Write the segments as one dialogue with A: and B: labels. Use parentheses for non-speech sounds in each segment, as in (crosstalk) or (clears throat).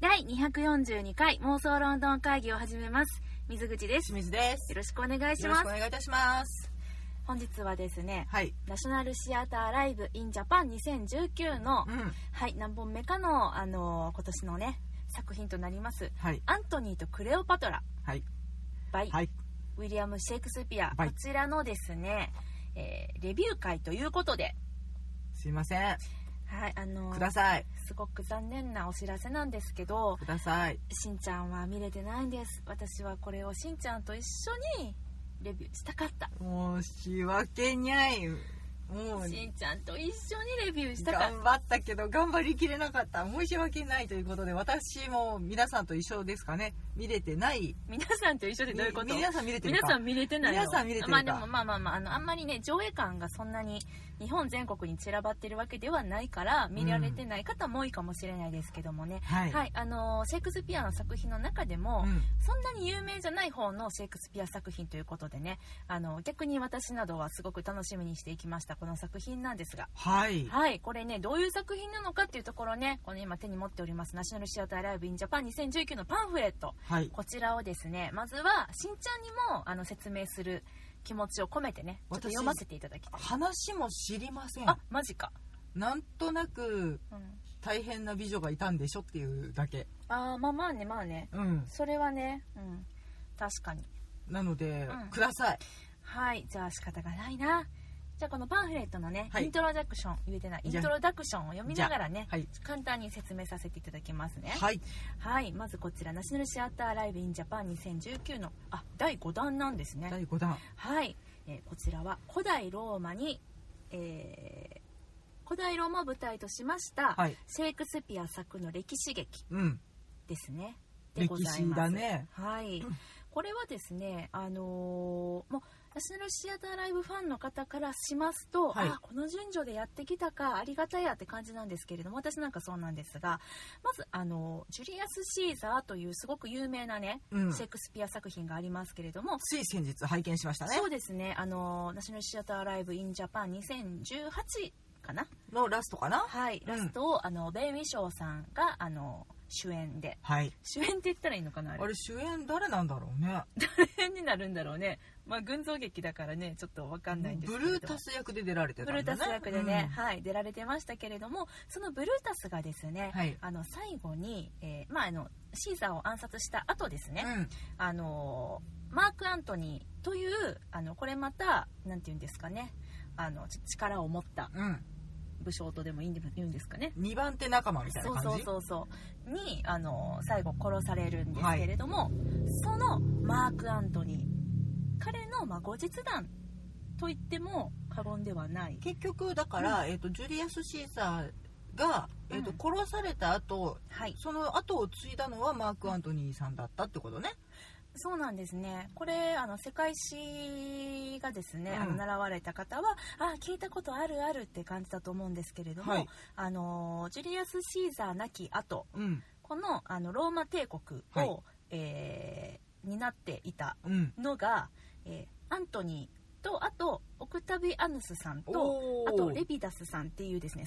A: 第242回妄想ロンドン会議を始めます水口です
B: 清
A: よ
B: 水です。
A: ろしくお願いし
B: よろ
A: ま
B: し
A: す
B: くお願いいたします。
A: 本日はですね
B: はい。
A: ナショナルシアターライブインジャパン2019の、
B: うん。
A: はい何本目かのあのー今年のね作品となります
B: はい。
A: アントニーとクレオパトラ
B: はい。
A: バイ、
B: はい。
A: ウィリアム・シェイクスピア、
B: バイ
A: こちらのですね、えーレビュー会ということで、
B: すいません。
A: はい、あのー
B: ください。
A: すごく残念なお知らせなんですけど
B: ください。
A: しんちゃんは見れてないんです私はこれをしんちゃんと一緒にレビューしたかった
B: 申し訳にゃい。もう、
A: しんちゃんと一緒にレビューしたかった
B: 頑張ったけど、頑張りきれなかった。申し訳ないということで、私も皆さんと一緒ですかね。見れてない。
A: 皆さんと一緒でどういうこと
B: み皆さん見れてる
A: 皆
B: か
A: さん見れてないの
B: 皆さん見れてる
A: まあ
B: か
A: でもまあまあまああのあんまりね上映感がそんなに日本全国に散らばってるわけではないから見られてない方も多いかもしれないですけどもね、
B: はい。
A: はいあのシェイクスピアの作品の中でも、
B: うん。
A: そんなに有名じゃない方のシェイクスピア作品ということでねあの逆に私などはすごく楽しみにしていきましたこの作品なんですが
B: はい。
A: はいこれねどういう作品なのかっていうところねこの今手に持っておりますナショナルシアターライブインジャパン2019のパンフレット
B: はい。
A: こちらをですねまずはしんちゃんにもあの説明する気持ちを込めてねちょっと
B: 私
A: 読ませていただきたい
B: 話も知りません。
A: あマジか、
B: なんとなく、
A: うん、
B: 大変な美女がいたんでしょっていうだけ。
A: あーまあまあねまあね
B: うん。
A: それはねうん確かに
B: なので、
A: うん
B: ください。
A: はいじゃあ仕方がないなじゃあこのパンフレットのね、
B: はい
A: イントロダクション言えてないイ
B: じゃ
A: ントロダクションを読みながらね、
B: はい。
A: 簡単に説明させていただきますね
B: はい。
A: はい、まずこちらナショナルシアターライブインジャパン2019のあ第5弾なんですね
B: 第5弾。
A: はい、えーこちらは古代ローマに、えー古代ローマを舞台としました、
B: はい。
A: シェイクスピア作の歴史劇
B: うん。
A: ですねでご
B: 歴
A: ざい
B: 史
A: ま
B: だ
A: す
B: ね。
A: はい、これはですね、あのーもうナショナルシアターライブファンの方からしますと、
B: はい
A: あこの順序でやってきたかありがたやって感じなんですけれども私なんかそうなんですがまず、あのジュリアス・シーザーというすごく有名なね、
B: うん。
A: シェイクスピア作品がありますけれども、
B: つい先日拝見しましたね
A: そうですねあのナショナルシアターライブ・イン・ジャパン2018かな、
B: のラストかな
A: はい、
B: うん
A: ラストを、あのベイ・ウィショーさんが、あの主演で
B: はい
A: 主演って言ったらいいのかなあれ
B: あれ主演誰なんだろうね
A: 変になるんだろうね、まあ、群像劇だからねちょっとわかんないんです
B: ブ
A: けれど
B: ルータス役で出られて
A: ブ
B: たん
A: ル
B: だ
A: ー
B: ね
A: タス役でね、はい、出られてましたけれどもそのブルータスがです
B: う
A: ね
B: ん、はい
A: あの最後に、えーまあ、あのシーザーを暗殺した後ですね、
B: うん
A: あのーマーク・アントニーというあのこれまたなんて言うんですかねあのち力を持った
B: うん
A: 武将とでもいいんで言うんですかね
B: 2番手仲間みたい
A: そ
B: な
A: う
B: 感じ
A: そうそうそうにあの最後殺されるんですけれども、そのマーク・アントニー彼の、まあ、後日談と言っても過言ではない
B: 結局だから、えっとジュリアス・シーザーが、えっと
A: うん
B: 殺された後
A: はい
B: その後を継いだのはマーク・アントニーさんだったってことね
A: そうなんですねこれあの世界史がですね、
B: うん
A: あの習われた方はあ聞いたことあるあるって感じだと思うんですけれども、
B: はい
A: あのジュリアス・シーザー亡き後
B: うん
A: このあのローマ帝国を、
B: はい
A: えー担っていた
B: うん
A: のが、えーアントニーとあとオクタビアヌスさんと
B: お
A: あとレ
B: ー
A: ビダスさんっていうですね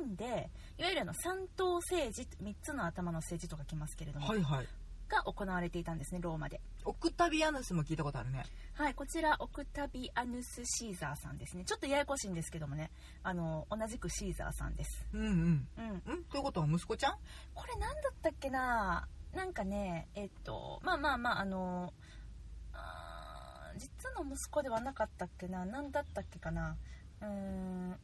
A: 3人でいわゆるあの三頭政治3つの頭の政治と書きますけれども、
B: はいはい
A: が行われていたんですねローマで。
B: オクタビアヌスも聞いたことあるね
A: はい、こちらオクタビアヌス・シーザーさんですねちょっとややこしいんですけどもねあの同じくシーザーさんです、
B: うんうん
A: うん、
B: うんということは息子ちゃん
A: これ何だったっけななんかねえっとまあまあまああのあー実の息子ではなかったっけな何だったっけかなうーん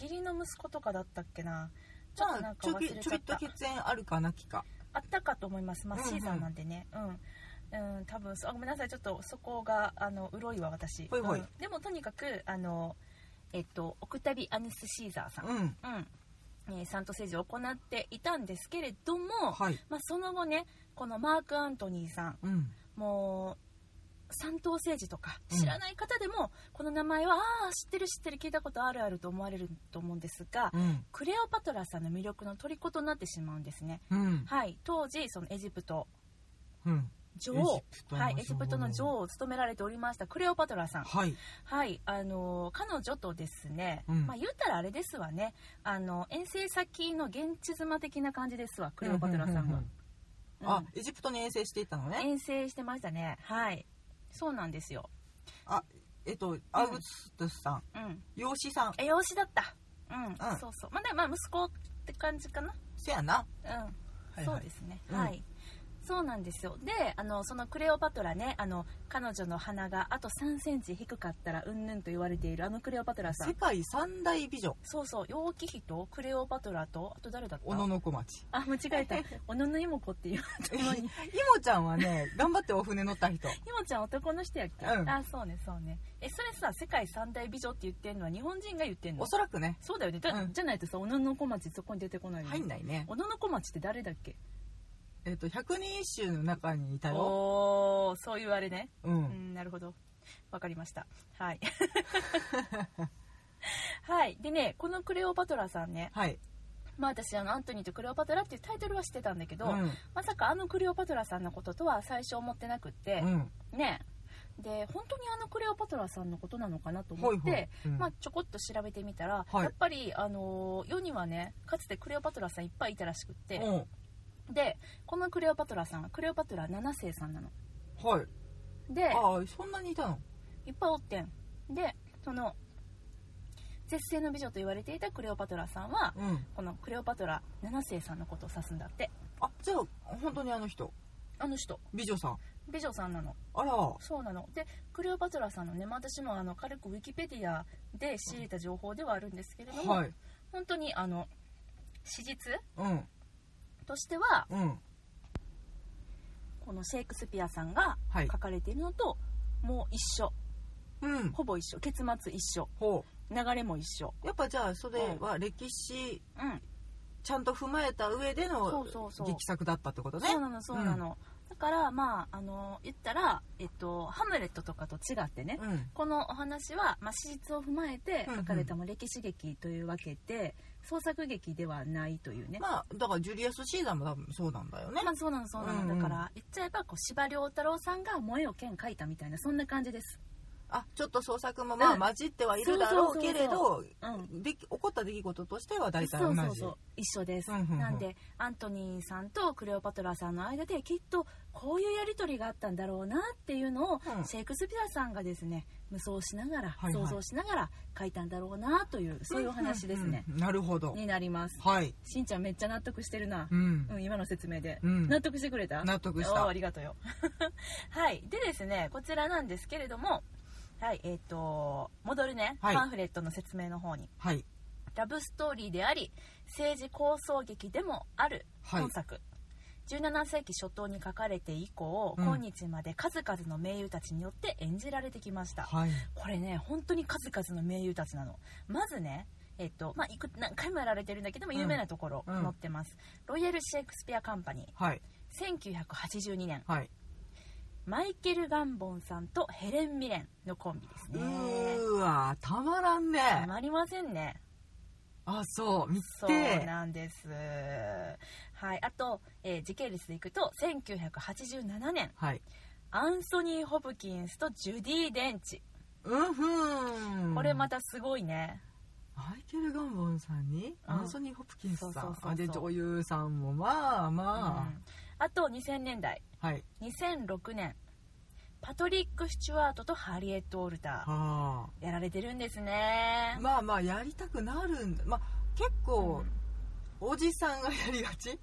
A: 義理の息子とかだったっけなちょっとなんか
B: ちょ
A: 忘
B: き
A: れち
B: ちょ
A: ゃ
B: び
A: っ
B: っと
A: た
B: 血縁あるかなきか
A: あったかと思いますまあ
B: うんうん
A: シーザーなんでねうん、うん多分そうあごめんなさいちょっとそこがあのうろいわ私
B: ほいほい
A: うんでもとにかくあのえっとオクタビアヌス・シーザーさん
B: うん
A: うん、えー、サント政治を行っていたんですけれども、
B: はい
A: まあ、その後ねこのマーク・アントニーさん
B: うん
A: もう三党政治とか
B: うん
A: 知らない方でも、この名前はああ知ってる知ってる聞いたことあるあると思われると思うんですが、
B: うん
A: クレオパトラさんの魅力の虜となってしまうんですね
B: うん
A: はい当時そのエジプト
B: うん
A: 女王はい、エ
B: エ
A: ジ
B: ジ
A: プ
B: プ
A: ト
B: ト
A: の
B: の
A: 女
B: 女
A: 王を務められておりましたクレオパトラさん、
B: はい
A: はいあのー彼女とですね、
B: うん
A: まあ、言うたらあれですわねあの遠征先の現地妻的な感じですわク
B: ク
A: レ
B: レ
A: オ
B: オ
A: パ
B: パ
A: ト
B: ト
A: ラ
B: ラ
A: さ
B: さ
A: ん
B: ん
A: は
B: は、
A: うん
B: あエジプトに遠征していったのね
A: 遠征してましたねはいそうなんですよ、
B: えっとアウグストゥスさん
A: うん、
B: 養子さん
A: 栄養士だったうん、
B: ん
A: そうそうまあでまあ息子って感じかな
B: せやな
A: うん
B: はい
A: そ
B: は
A: う
B: い
A: ですね、
B: うん
A: はいそうなんですよであのそのクレオパトラねあの彼女の鼻があと3センチ低かったらうんぬんと言われているあのクレオパトラさ
B: 世
A: ん
B: 界三大美女
A: そうそう楊貴妃とクレオパトラとあと誰だった
B: 小野の小町
A: あ間違えたおのの (laughs) いもこっていう (laughs)
B: いもちゃんはね頑張ってお船乗った人
A: いもちゃん男の人やっけ、
B: うん
A: あそうねそうねえそれさ世界三大美女って言ってんのは日本人が言ってんの
B: おそらくね
A: そうだよねだ、
B: うん
A: じゃないとさ小野の小町そこに出てこないよね
B: 入んないね
A: 小野の小町って誰だっけ
B: えっと百人一首の中にいたよ
A: おおそういうあれね
B: う
A: うんん、なるほど。わかりました。はい。 (laughs) はい。でね、このクレオパトラさんね、
B: はい
A: まあ私、あの、アントニーとクレオパトラっていうタイトルは知ってたんだけど、
B: うん
A: まさかあのクレオパトラさんのこととは最初思ってなくって
B: う、ん
A: ね。で、本当にあのクレオパトラさんのことなのかなと思って、
B: はいはいうん
A: まあちょこっと調べてみたら、
B: はい
A: やっぱり、あのー世にはね、かつてクレオパトラさんいっぱいいたらしくって、
B: うん
A: で、このクレオパトラさんはクレオパトラ7世さんなの。
B: はい
A: で、
B: ああそんなにいたの
A: いっぱいおってんでその絶世の美女と言われていたクレオパトラさんは
B: うん
A: このクレオパトラ7世さんのことを指すんだって
B: あじゃあ本当にあの人
A: あの人
B: 美女さん
A: 美女さんなの
B: あら
A: そうなのでクレオパトラさんのねまあ私もあの軽くウィキペディアで仕入れた情報ではあるんですけれども、
B: はい
A: 本当にあの史実
B: うん
A: としては
B: うん
A: このシェイクスピアさんが
B: はい
A: 書かれているのともう一緒
B: うん
A: ほぼ一緒結末一緒
B: ほ
A: 流れも一緒
B: うやっぱじゃあそれは歴史
A: うん
B: ちゃんと踏まえた上で
A: そ
B: の
A: うそうそう
B: 劇作だったってことね
A: そうなのそうなの、だからまああの言ったら、えっと、ハムレットとかと違ってね、
B: うん
A: このお話は、まあ、史実を踏まえて
B: うんうん
A: 書かれたも歴史劇というわけで、創作劇ではないというね、ま
B: まあだからジュリアス・シーザーも多分そうなんだよね
A: あ、そうなのそうなの、
B: うんうん
A: だから言っちゃえばこう司馬遼太郎さんが「燃えよ剣」書いたみたいなそんな感じです
B: あちょっと創作もまあ
A: うん
B: 混じってはいるだろ
A: そうそ
B: う
A: うそう
B: けれど
A: うん
B: でき起こった出来事としては大体
A: そ
B: 同
A: うそう
B: じ
A: そう一緒です、
B: うんうんうん
A: なんでアントニーさんとクレオパトラさんの間できっとこういうやり取りがあったんだろうなっていうのを、
B: うん
A: シェイクスピアさんがですね無双しながら、
B: はいはい
A: 想像しながら書いたんだろうなというそういうお話ですね、
B: うんうんなるほど
A: になります
B: はい
A: しんちゃんめっちゃ納得してるな
B: う、ん
A: うん今の説明で、
B: うん
A: 納得してくれた
B: 納得し
A: おーあ
B: た
A: りがとうよ (laughs) はいでですねこちらなんですけれどもはいえっ、と戻るね、
B: はい
A: パンフレットの説明の方に
B: はい
A: ラブストーリーであり政治構想劇でもある
B: はい
A: 本作、17世紀初頭に書かれて以降、
B: うん
A: 今日まで数々の名優たちによって演じられてきました、
B: はい
A: これね本当に数々の名優たちなのまずねえっとまあ、いく何回もやられてるんだけども
B: うん
A: 有名なところ
B: う
A: 載
B: ん
A: ってます、ロイヤル・シェイクスピア・カンパニ
B: はい
A: ー1982年
B: はい
A: マイケル・ガンボンさんとヘレン・ミレンのコンビです
B: う
A: ね
B: ーわたまらんね
A: たまりませんね
B: あそう見
A: そう
B: て
A: なんです。はい、あと、えー時系列でいくと1987年
B: はい
A: アンソニー・ホブキンスとジュディ・デンチ
B: うんふん
A: これまたすごいね、
B: マイケル・ガンボンさんに
A: うん
B: アンソニー・ホプキンスさ
A: そうそうそ
B: ん
A: うそう
B: あで女優さんもまあ
A: うん
B: ま
A: あと2000年代
B: あはい
A: 2006年パトリック・スチュワートとハリエット・オルター
B: は
A: やられてるんです
B: あ
A: ね、
B: まあまあやりたくなるんだまあ結
A: う
B: 構
A: ん
B: おじさんがやりがち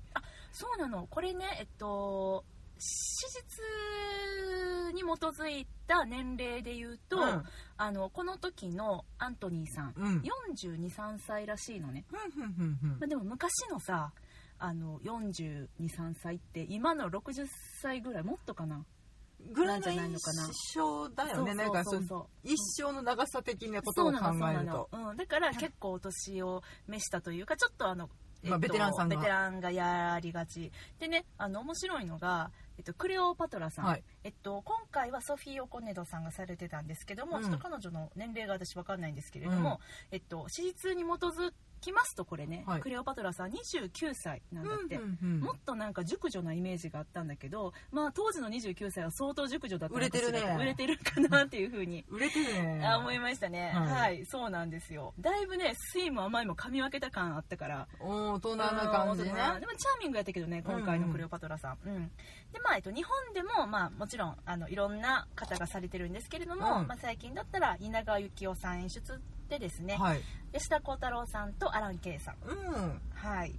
A: そうなのこれねえっと史実に基づいた年齢で言うと、
B: うん
A: あのこの時のアントニーさん
B: うん
A: 423歳らしいのね、
B: ふんふんふんふん
A: まあ、でも昔のさあの423歳って今の60歳ぐらいもっとかな
B: ぐらい
A: なん
B: の
A: じゃないの
B: 印
A: かな
B: 象だよねなんかそう
A: そ
B: 一生の長さ的な
A: う
B: こと
A: そう
B: を
A: な
B: 考
A: のそう
B: え
A: な
B: る
A: の
B: と、
A: うん、だから結構お年を召したというかちょっとあの、
B: まあベテランさんが
A: ベテランがやりがちでねあの面白いのが、えっと、クレオパトラさん、
B: はい
A: えっと、今回はソフィー・オコネドさんがされてたんですけども、
B: うん
A: ちょっと彼女の年齢が私分かんないんですけれども、えっと、史実に基づききますとこれね、
B: はい
A: クレオパトラさん29歳なんだって、
B: うんうんうん
A: もっとなんか熟女なイメージがあったんだけど、まあ、当時の29歳は相当熟女だったのかしら
B: 売れてるね
A: 売れてるかなっていうふうに
B: 売れてるね
A: あ思いましたね、
B: はい
A: はい、そうなんですよだいぶね酸いも甘いも噛み分けた感あったから
B: お大人な感じね
A: うん大人でもチャーミングやったけどね今回のクレオパトラさん、うんでまあ、えっと、日本でも、まあ、もちろんあのいろんな方がされてるんですけれども、
B: うん
A: まあ、最近だったら蜷川幸雄さん演出でですね、
B: はい
A: 吉田鋼太郎さんとアラン・ケイさん、
B: うん
A: はい、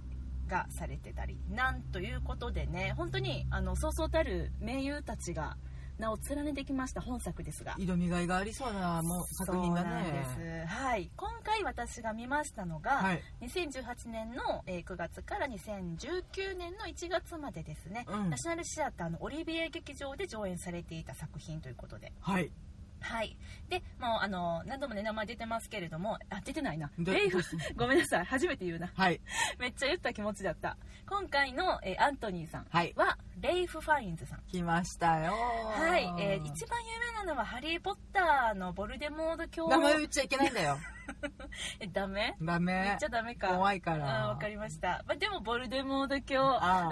A: がされてたりなんということでね本当にあのそうそうたる名優たちが名を連ねてきました本作ですが
B: 色味がいがありそうなもう作品だね
A: そうなんです、はい、今回私が見ましたのが、
B: はい
A: 2018年のえー9月から2019年の1月までですね、
B: うん
A: ナショナルシアターのオリビエ劇場で上演されていた作品ということで、
B: はい
A: はい、でもうあの何度も、ね、名前出てますけれどもあ出てないな
B: で
A: レイフ (laughs) ごめんなさい初めて言うな
B: はい
A: めっちゃ言った気持ちだった今回の、えーアントニーさん
B: はい
A: はレイフ・ファインズさん
B: 来ましたよ
A: はい、えー一番有名なのは「ハリー・ポッター」のボルデモード教
B: 名前言っちゃいけな
A: (laughs)
B: いんだよ
A: えダメ
B: ダ
A: 言
B: メ
A: っちゃダメか
B: 怖いか
A: あ
B: ら
A: ーわかりました、まあ、でもボルデモード教
B: ああ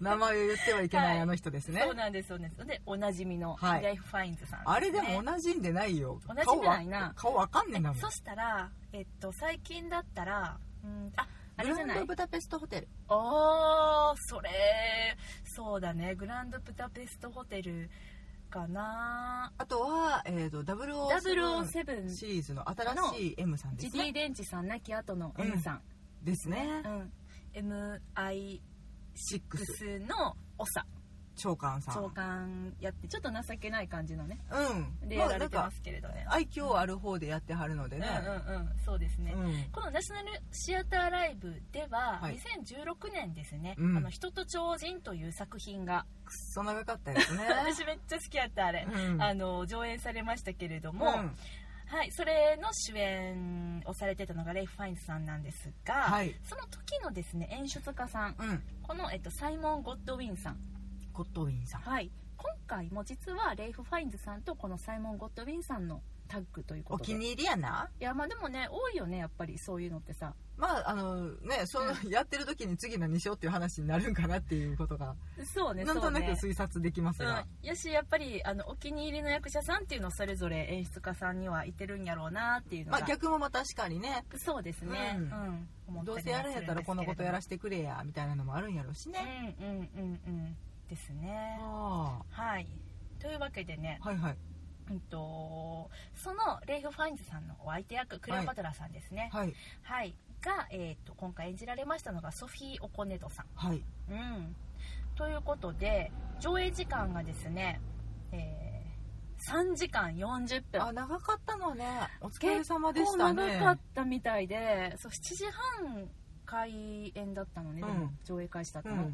B: 名前を言ってはいけな
A: (laughs) はい
B: いあの人ですね
A: そうなんですそうなんですでおなじみの
B: はい
A: ライフ・ファインズさん、
B: あれで
A: ね
B: も同じんでないよ
A: 馴染んでないな
B: 顔わ顔わかんねえんだもん
A: そしたら、えっと、最近だったらうんああれじゃ
B: グ
A: な
B: ラン
A: い
B: ドブダペストホテル
A: あーそれそうだねグランドブダペストホテルかな
B: あとは、えー、と007
A: 007
B: シリーズの新しい M さんで
A: ジ
B: す
A: ディ・
B: ね
A: レンチさん亡き後の M さん、
B: ですね
A: うん、MI6
B: シックス
A: の長
B: 長官さん
A: 長官やってちょっと情けない感じのね
B: うん
A: で
B: ま
A: や
B: あ
A: ら
B: な
A: れ
B: ん
A: てま
B: か
A: すけれどね、
B: 愛嬌ある方でやってはるのでね
A: うんうんうんそうですね、
B: うん
A: このナショナルシアターライブでは
B: はい
A: 2016年ですね「
B: うん
A: あの人と超人」という作品が、
B: くっそ長かったですね
A: (laughs) 私めっちゃ好きやったあれ、
B: うん
A: あの上演されましたけれども、
B: うん
A: はい、それの主演をされてたのがレイフ・ファインズさんなんですが、
B: はい
A: その時のですね演出家さん
B: うん
A: この、えっと、サイモン・ゴッドウィンさん
B: ゴッドウィンさん
A: はい、今回も実はレイフ・ファインズさんとこのサイモン・ゴッドウィンさんのタッグというこ
B: お
A: とで
B: 気に入りやない
A: やまあでもね多いよねやっぱりそういうのってさ
B: まああのねそのやってる時に次何しようっていう話になるんかなっていうことが
A: そうね
B: なんとなく
A: そうね
B: 推察できます
A: うん
B: が、
A: やしやっぱりあのお気に入りの役者さんっていうのをそれぞれ演出家さんにはいてるんやろうなっていうの
B: ま
A: が、
B: あ逆もまあ確かにね
A: そうですね、う
B: うんん
A: 思
B: どう
A: ったりもするんです
B: せやるんやったらこのことやら
A: し
B: してくれやみたいなのもあるんやろうしてね、
A: ねうんうんうんうんですね
B: あ
A: はいというわけでね
B: あ、はいはい
A: うん、とそのレイフ・ファインズさんのお相手役クレオパトラさんですね、
B: はい
A: はい、が、えー、と今回演じられましたのがソフィー・オコネドさ
B: はい
A: ん。うん、ということで上映時間がですね、えー3時間40分
B: あ長かったのねお疲れ様でしたね
A: 結構長かったみたいでそう7時半開演だったのね、で
B: う
A: も
B: ん
A: 上映開始だった
B: う
A: の、
B: ん
A: で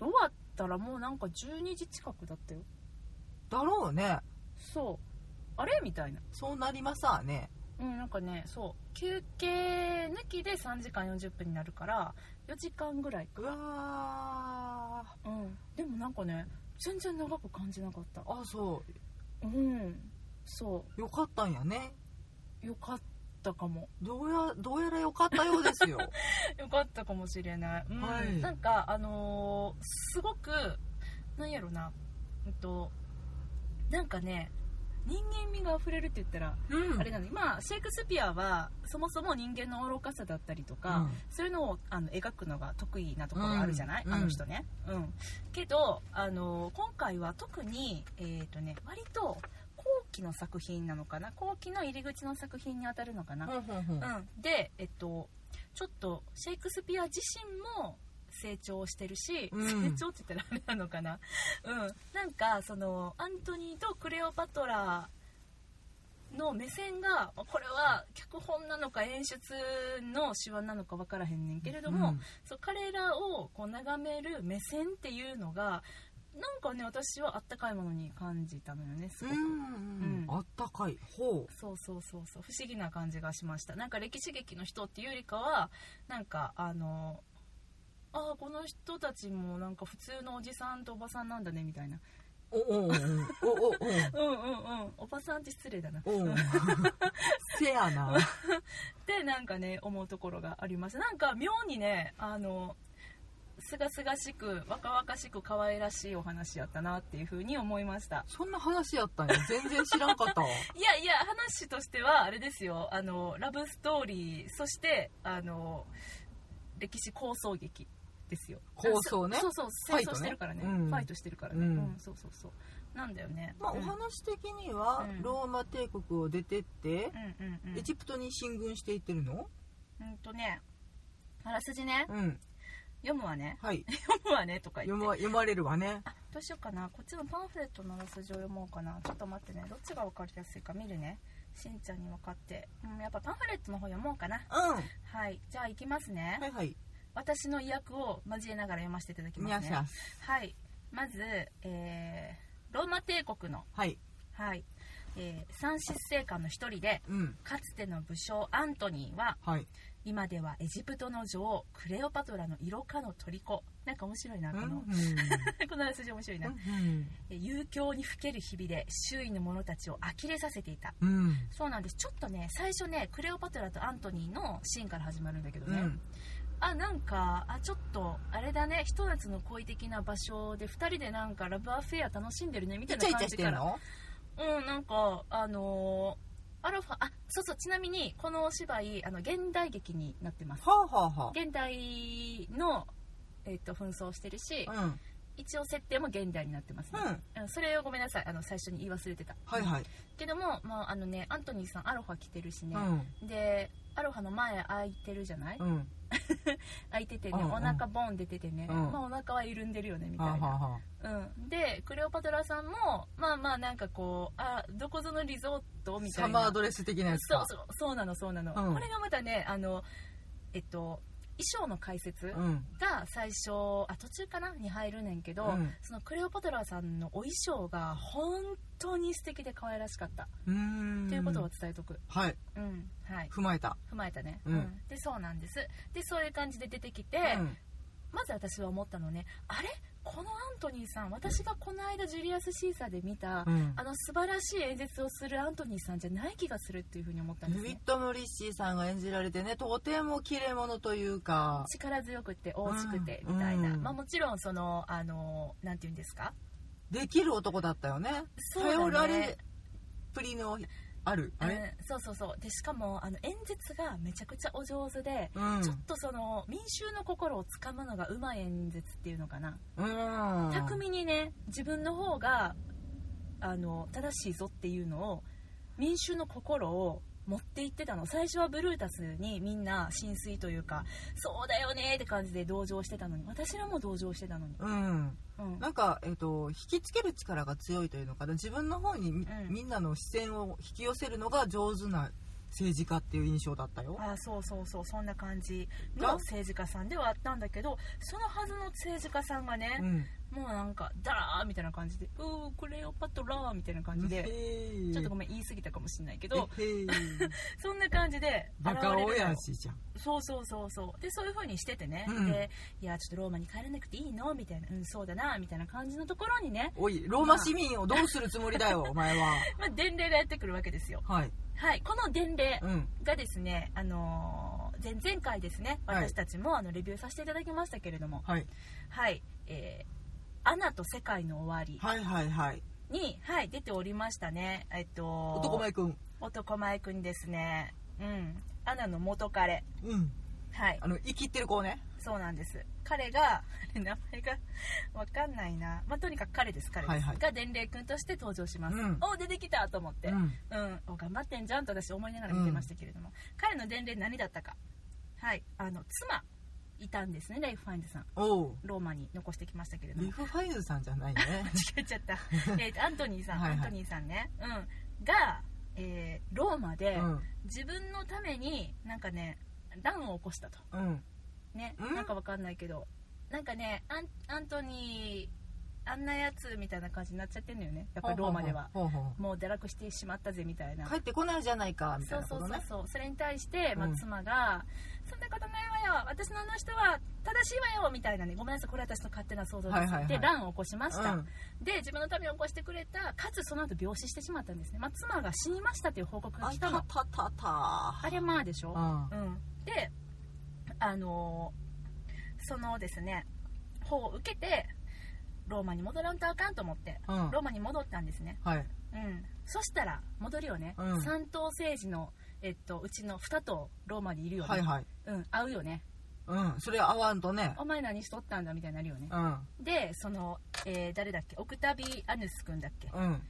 A: 終わったらもうなんか12時近くだったよ
B: だろうね
A: そうあれみたいな
B: そうなりますわね
A: うんなんかねそう休憩抜きで3時間40分になるから4時間ぐらいう
B: わー
A: うん、でもなんかね全然長く感じなかった
B: あそ
A: うんそう
B: よかったんやね
A: うよかったかも
B: どうやどうやらよかったようですよ
A: よかったかもしれない、うん
B: はい
A: なんかあのーすごくなんやろなうんとなんかね人間味が溢れるって言ったら、
B: (laughs) うん
A: あれなのにまあシェイクスピアはそもそも人間の愚かさだったりとか、そういうのをあの描くのが得意なところがあるじゃない、
B: うん
A: あの人ね、うん、けどあの今回は特に、えーとね、割と後期の作品なのかな後期の入り口の作品に当たるのかな、
B: うんうんうんうん
A: うん、で、えっと、ちょっとシェイクスピア自身も成長してるし、
B: う
A: 成
B: ん
A: 長って言ったらあれなのかな、うん、なんかそのアントニーとクレオパトラの目線がこれは脚本なのか演出の手腕なのか分からへんねんけれども、
B: うん
A: そう彼らをこう眺める目線っていうのがなんかね私はあったかいものに感じたのよねすごく。
B: うん
A: うん
B: あったかいほ
A: そうそうそうそう不思議な感じがしましたなんか歴史劇の人っていうよりかはなんかあのあーこの人たちもなんか普通のおじさんとおばさんなんだねみたいな
B: おおおおお
A: うんうんうんおばさんって失礼だな
B: おおおせやな
A: でなんかね思うところがありますなんか妙にねあのすがすがしく若々しく可愛らしいお話やったなっていうふうに思いました
B: そんな話やったんや全然知らんか (laughs) ったわ
A: いやいや話としてはあれですよあのラブストーリーそしてあの歴史構想劇ですよ
B: 構想ね
A: そうそう
B: フ
A: 戦
B: ァイト
A: 争
B: ね
A: してるからねファ
B: うん
A: イトしてるからね、う
B: うんん
A: そうそうそうなんだよね
B: まあ
A: う
B: お
A: ん
B: 話的には
A: うん
B: ローマ帝国を出てって
A: うんうんうん
B: エジプトに進軍していってるの
A: うんとねあらすじね
B: うん
A: 読むわね
B: はい
A: 読むわねとか言
B: 読
A: って
B: ま読まれるわね
A: あどうしようかなこっちのパンフレットのあらすじを読もうかなちょっと待ってねどっちが分かりやすいか見るねしんちゃんに分かって、うん、やっぱパンフレットの方読もうかな
B: うんは
A: はいじゃあ行きますね、
B: いはい
A: 私の意訳を交えながら読ませていただき
B: に
A: ま
B: ゃ
A: す
B: し
A: ね
B: ゃ
A: はいまず、えーローマ帝国の、
B: はい
A: はいえー、三執政官の一人で
B: うん
A: かつての武将アントニーは
B: はい
A: 今ではエジプトの女王クレオパトラの色化の虜なんか面白いな
B: う
A: こ
B: ん
A: の、 (laughs)
B: うん
A: このあらすじ面白いな、えー遊興にふける日々で周囲の者たちを呆れさせていた
B: うんうん
A: そうなんですちょっとね最初ねクレオパトラとアントニーのシーンから始まるんだけど
B: う
A: ね、
B: ん
A: あなんかあちょっとあれだねひと夏の恋的な場所で2人でなんかラブアフェア楽しんでるねみたい
B: イチャ
A: な
B: イ
A: 感じ
B: チャして
A: か
B: ん
A: ら
B: の
A: うんなんかあのーアラファあそうそうちなみにこのお芝居あの現代劇になってます
B: はあはあは
A: 現代の、えっと紛争してるし、
B: あうん
A: 一応設定も現代になってますね、
B: うん
A: うんそれをごめんなさいあの最初に言い忘れてた
B: はいはい
A: けども、まあ、あのねアントニーさんアロハ着てるしね
B: う、ん
A: でアロハの前空いてるじゃない、
B: うん
A: 空いててね、
B: うんうん
A: お腹ボン出ててね、
B: うん
A: まあお腹は緩んでるよねみ
B: はあ
A: たい
B: は
A: な、
B: あは
A: うん、でクレオパトラさんもまあまあなんかこうあどこぞのリゾート
B: あ
A: みたいな
B: サマードレス的なやつ
A: そ
B: か
A: うそうそうなのそうなの、
B: うん
A: これがまたねあのえっと衣装の解説
B: うん
A: が最初あ途中かなに入るねんけど、
B: うん
A: そのクレオパトラさんのお衣装が本当に素敵で可愛らしかった
B: うーん
A: ということを伝えとく
B: はい
A: うんはい
B: 踏まえた
A: 踏まえたね、
B: うん
A: でそうなんですでそういう感じで出てきて、
B: うん
A: まず私は思ったのねあれこのアントニーさん私がこの間ジュリアス・シーサーで見た、
B: うん
A: あの素晴らしい演説をするアントニーさんじゃない気がするっていうふうに思ったんで
B: デ
A: す
B: ビッ
A: ね
B: ド・ムリッシーさんが演じられてねとても綺麗者というか
A: 力強くて大しくてみたいな、
B: うん
A: まあ、もちろんそのあのなんて言うんですか
B: できる男だったよね
A: そうだね
B: 頼られプリのあるあれ
A: うん、そうそうそうでしかもあの演説がめちゃくちゃお上手で、
B: うん
A: ちょっとその民衆の心をつかむのがうまい演説っていうのかな、
B: うん
A: 巧みにね自分の方があの正しいぞっていうのを民衆の心を持っていってたの最初はブルータスにみんな浸水というかそうだよねって感じで同情してたのに私らも同情してたのに、
B: うん
A: うん
B: なんか、えっと引きつける力が強いというのかな自分の方にみ,、
A: うん
B: んなの視線を引き寄せるのが上手な政治家っていう印象だったよ
A: ああそうそうそうそんな感じの
B: が
A: 政治家さんではあったんだけどそのはずの政治家さんがね、
B: うん
A: もうなんかダラーみたいな感じで「うークレオパトラー」みたいな感じで
B: で
A: ちょっとごめん言い過ぎたかもしれないけどそんな感じで
B: バ
A: 現れ
B: カ
A: るの
B: 親父じゃん
A: そうそうそうそうでそういう風にしててね、
B: うん
A: でいやちょっとローマに帰らなくていいのみたいなうんそうだなみたいな感じのところにね、
B: おいローマ市民をどうするつもりだよお前は
A: まあ、伝令がやってくるわけですよ
B: はい
A: はいこの伝令
B: うん
A: がですね、あのー前々回ですね
B: はい
A: 私たちもあのレビューさせていただきましたけれども
B: はい
A: はい、えーアナと世界の終わり
B: はいはいはい」
A: に、はい、出ておりましたねえっと
B: 男前くん
A: 男前くんですねうんアナの元彼
B: うん
A: はい
B: あの生きってる子ね
A: そうなんです彼が (laughs) 名前がわかんないな、まあ、とにかく彼です彼です、
B: はいはい
A: が伝令くんとして登場します、
B: うん
A: お出てきたと思って、
B: う
A: うん
B: ん
A: お頑張ってんじゃんと私思いながら見てましたけれども、彼の伝令何だったかはいあの妻いたんですねレイフ・ファインズさん
B: おう
A: ローマに残してきましたけれど
B: リ
A: も
B: フ・ファイズさんじゃないね
A: 違っちゃ
B: (laughs)
A: った、えーとアントニーさん
B: はいはい
A: アントニーさんね、うん、が、 (laughs) えーローマで、
B: うん
A: 自分のためになんかね乱を起こしたと
B: うん
A: ね、
B: うん
A: なんかわかんないけどなんかねアンアントニーあんなやつみたいな感じになっちゃってんのよねやっぱりローマでは
B: ほうほうほう
A: もう堕落してしまったぜみたいな
B: 帰ってこないじゃないかみた
A: そ
B: いうな
A: そ
B: こ
A: う
B: と
A: そうそ
B: ね
A: うそれに対して、まあ
B: うん
A: 妻が「そんなことないわよよ私のあの人は正しいわよみたいなねごめんなさいこれ私の勝手な想像です、
B: はいはいはい
A: で乱を起こしました、
B: うん
A: で自分のために起こしてくれたかつその後病死してしまったんですね、まあ、妻が死にましたという報告が
B: あ
A: 来
B: た
A: たのあ
B: たたた
A: れまあでしょ、
B: うん
A: うん、であのーそのですね法を受けてローマに戻らんとあかんと思って
B: うん
A: ローマに戻ったんですね、
B: はい
A: うん、そしたら戻るよね、
B: うん
A: 三党政治の、えっと、うちの2党ローマにいるよね、
B: はいはい
A: うん、会うよね
B: うんそれ合わんとね
A: お前何しとったんだみたいになるよね
B: うん
A: でその、えー誰だっけオクタビアヌス君だっけ
B: うん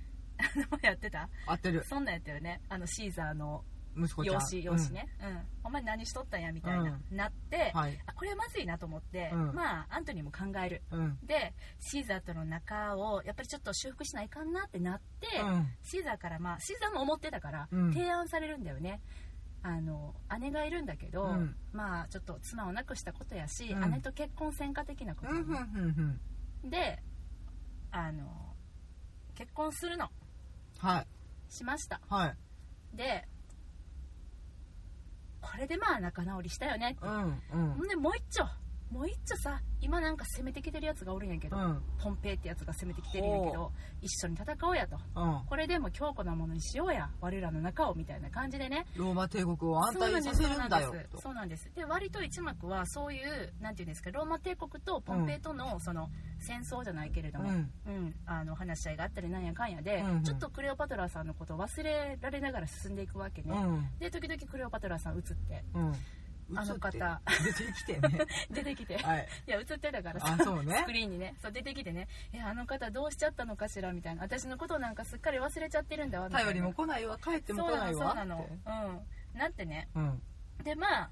A: やってた
B: 合ってる
A: そんなんやったよねあのシーザーの
B: 息子ちゃん
A: 養子養子、ね、うんお前何しとったんやみたいな、なって、
B: うんはい
A: あこれまずいなと思って、
B: うん
A: まあアントニーも考える
B: うんうん
A: でシーザーとの仲をやっぱりちょっと修復しないかんなってなって、シーザーからまあシーザーも思ってたから、
B: うん
A: 提案されるんだよねあの姉がいるんだけど、
B: うん
A: まあちょっと妻を亡くしたことやし、
B: うん
A: 姉と結婚せんか的なこ
B: う
A: と
B: んう
A: だ
B: ん
A: ね、
B: うんうん
A: であの結婚するの
B: はい
A: しました
B: はい
A: でこれでまあ仲直りしたよねって
B: う、んうん
A: ほんでもう一丁もう一丁さ今なんか攻めてきてるやつがおるんやけ
B: う
A: ど、
B: ん
A: ポンペイってやつが攻めてきてるんやけ
B: ほ
A: ど一緒に戦おうやと
B: うん
A: これでも強固なものにしようや我らの仲をみたいな感じでね
B: ローマ帝国を安泰にさせるんだ
A: そうな
B: よと
A: んですそうなんですで割と一幕はそういうなんていうんですかローマ帝国とポンペイとのその戦争じゃないけれど
B: う
A: も、
B: ん
A: うん、あの話し合いがあったりなんやかんやで、
B: うんうん
A: ちょっとクレオパトラさんのことを忘れられながら進んでいくわけね、
B: うん
A: で時々クレオパトラさん映って
B: うん
A: あの方
B: 映って出てき
A: (laughs)
B: てね
A: 出てきて
B: はい
A: いや映ってたからさ
B: あそうね
A: スクリーンにねそう出てきてね「えあの方どうしちゃったのかしら」みたいな「私のことなんかすっかり忘れちゃってるんだわ」みたいな
B: 頼りも来ないわ帰っても来ないわ
A: そうなのそうなのうんなってね
B: うん
A: でまあ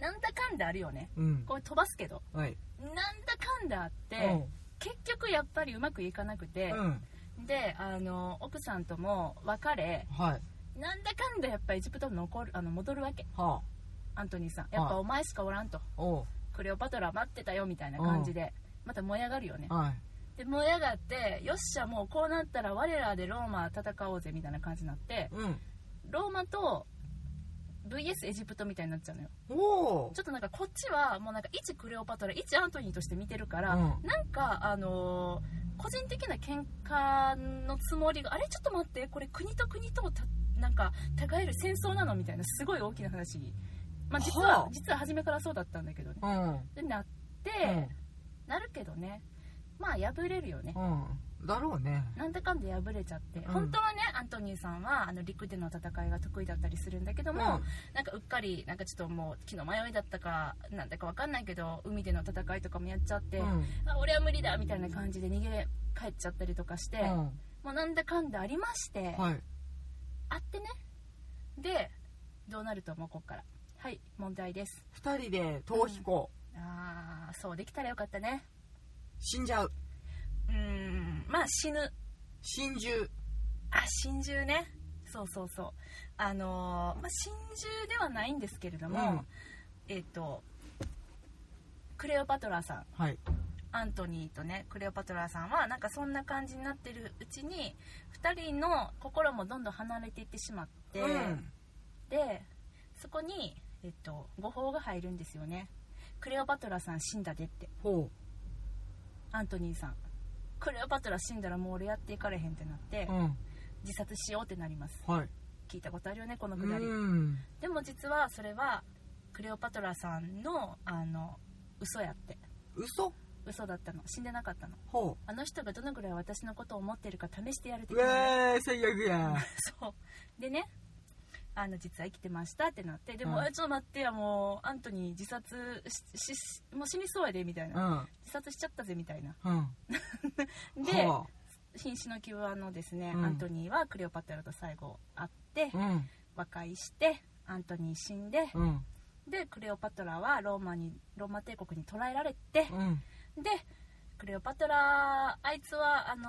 A: なんだかんだあるよね
B: うん
A: これ飛ばすけど
B: はい
A: なんだかんだあっ
B: う
A: て、
B: ん
A: 結局やっぱりうまくいかなくて、
B: うん
A: であの奥さんとも別れ
B: はい
A: なんだかんだやっぱエジプトに残るあの戻るわけ
B: はあ
A: アントニーさんやっぱ
B: はい
A: お前しかおらんと
B: おう
A: クレオパトラ待ってたよみたいな感じでまた燃え上がるよね
B: はい
A: で燃え上がってよっしゃもうこうなったら我らでローマ戦おうぜみたいな感じになって
B: うん
A: ローマと VS エジプトみたいになっちゃうのよ
B: おお
A: ちょっとなんかこっちはもうなんか一クレオパトラ一アントニーとして見てるから、
B: うん
A: なんかあのー個人的な喧嘩のつもりがあれちょっと待ってこれ国と国とをたなんか互える戦争なのみたいなすごい大きな話に、まあ、実は、
B: はあ
A: 実は初めからそうだったんだけどね
B: うんうん
A: でなって、なるけどねまあ破れるよね
B: うんだろうね
A: なんだかんだ敗れちゃって、
B: ん
A: 本当はねアントニーさんはあの陸での戦いが得意だったりするんだけども、なんかうっかりなんかちょっともう気の迷いだったかなんだかわかんないけど海での戦いとかもやっちゃって、
B: うんうん
A: あ俺は無理だみたいな感じで逃げ帰っちゃったりとかして、
B: うん
A: もうなんだかんだありまして、
B: はい
A: あってねでどうなると思うこっからはい問題です
B: 二人で逃避行
A: あーそうできたらよかったね
B: 死んじゃう
A: うーんまあ死ぬ
B: 心中
A: あ心中ねそうそうそうあのーまあ、心中ではないんですけれども、
B: うん
A: えっ、とクレオパトラさん
B: はい
A: アントニーとねクレオパトラさんはなんかそんな感じになってるうちに2人の心もどんどん離れていってしまって、
B: うん
A: でそこに、えっと、誤報が入るんですよねクレオパトラさん死んだでって
B: ほ
A: アントニーさんクレオパトラ死んだらもう俺やっていかれへんってなって
B: ううん
A: 自殺しようってなります
B: はい
A: 聞いたことあるよねこの
B: う
A: くだり
B: ん
A: でも実はそれはクレオパトラさんのあの嘘やって
B: 嘘
A: 嘘だったの死んでなかったの
B: ほ
A: あの人がどのぐらい私のことを思ってるか試してやる
B: う
A: 的
B: う
A: な
B: えー最悪や
A: そうでねあの実は生きてましたってなってでも、
B: うん
A: えちょっと待ってやもうアントニー自殺ししもう死にそうやでみたいな、
B: うん
A: 自殺しちゃったぜみたいな
B: うん
A: で
B: は
A: 瀕死の希望のですね、
B: うん
A: アントニーはクレオパトラと最後会って
B: あうん
A: 和解してアントニー死んで、
B: うん
A: でクレオパトラはローマにローマ帝国に捕らえられて、
B: うん
A: でクレオパトラあいつはあの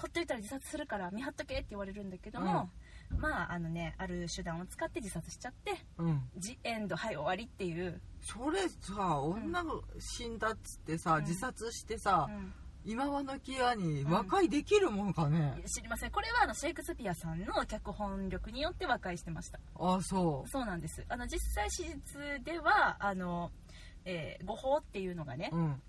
A: ほっといたら自殺するから見張っとけって言われるんだけども、まああのねある手段を使って自殺しちゃって
B: うん
A: ジエンドはい終わりっていう、
B: それさ女が死んだっつってさ、
A: うん
B: 自殺してさ
A: う、ん
B: 今はのきやに和解できるもんかね、
A: 知りませんこれはあのシェイクスピアさんの脚本力によって和解してました
B: ああそ
A: そうなんですあの実際史実ではあのえー誤報っていうのがね、
B: うん